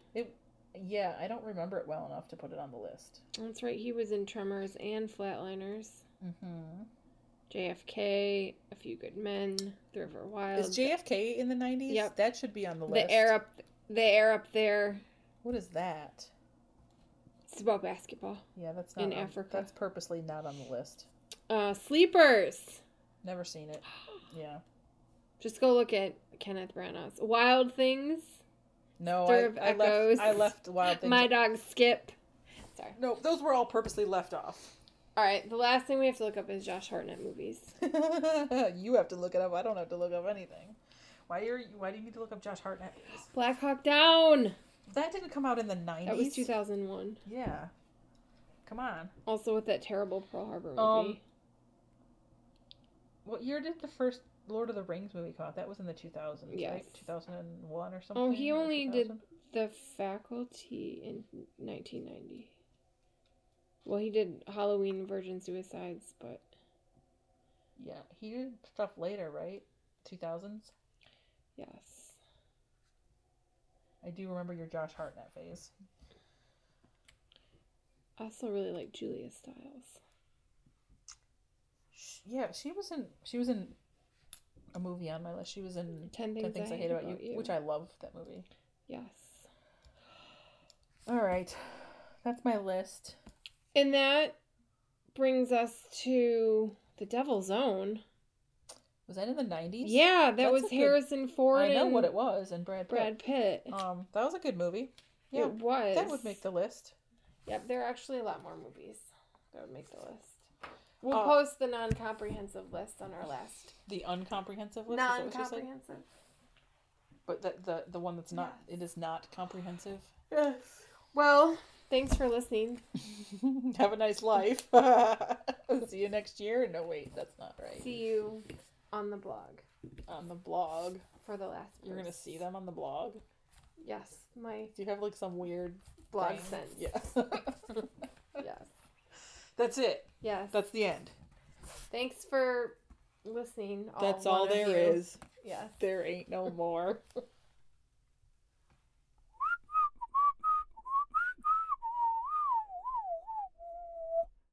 B: yeah, I don't remember it well enough to put it on the list.
A: That's right, he was in Tremors and Flatliners.
B: Mm-hmm.
A: JFK, A Few Good Men, The River Wild.
B: Is JFK in the 90s?
A: Um, Yep.
B: That should be on the list.
A: the air up, the air up there.
B: What is that?
A: It's about basketball.
B: Yeah, that's not
A: In
B: on-
A: Africa.
B: That's purposely not on the list.
A: Uh, sleepers.
B: Never seen it. Yeah.
A: Just go look at Kenneth Branagh's Wild Things.
B: No, I,
A: Stir of
B: I left. I
A: Echoes.
B: left Wild Things.
A: My dog Skip. Sorry.
B: No, those were all purposely left off.
A: All right. The last thing we have to look up is Josh Hartnett movies.
B: you have to look it up. I don't have to look up anything. Why are you, Why do you need to look up Josh Hartnett?
A: Black Hawk Down.
B: That didn't come out in the nineties.
A: That was 2001.
B: Yeah. Come on.
A: Also with that terrible Pearl Harbor movie.
B: Um, What year did the first Lord of the Rings movie come out? That was in the two thousands.
A: Yes.
B: Right? Two thousand and one or something.
A: oh, he
B: or
A: only did
B: 2000?
A: the faculty in 1990. Well, he did Halloween Virgin Suicides, but
B: Yeah, he did stuff later, right? Two thousands.
A: yes.
B: I do remember your Josh Hartnett phase.
A: I also really like Julia Stiles.
B: Sh- Yeah, she was in. She was in a movie on my list. She was in
A: Ten Things,
B: Mm, Ten Things I Hate About You, which I love that movie.
A: Yes.
B: All right, that's my list.
A: And that brings us to The Devil's Own.
B: Was that in the nineties?
A: Yeah, that
B: That's a
A: was
B: good-
A: Harrison Ford
B: I know
A: and
B: what it was. And Brad Pitt.
A: Brad Pitt.
B: Um, that was a good movie. Yeah,
A: it was.
B: that would make the list.
C: Yep, there are actually a lot more movies that would make the list. We'll
B: Uh,
C: post the non comprehensive list on our last.
B: The uncomprehensive list. is that
C: Non
B: what you said?
C: comprehensive?
B: But the, the the one that's not it is not comprehensive.
C: Yes. Well, thanks for listening.
B: Have a nice life. See you next year. No wait, that's not right.
C: See you on the blog
B: On the blog,
C: for the last.
B: you're gonna
C: verse.
B: see them on the blog.
C: Yes, my
B: Do you have like some weird
C: blog
B: thing?
C: sense.
B: Yeah.
C: Yes.
B: that's it.
C: Yes.
B: That's the end.
C: Thanks for listening.
B: that's all
C: there is.
B: there is.
C: Yes.
B: There ain't no more.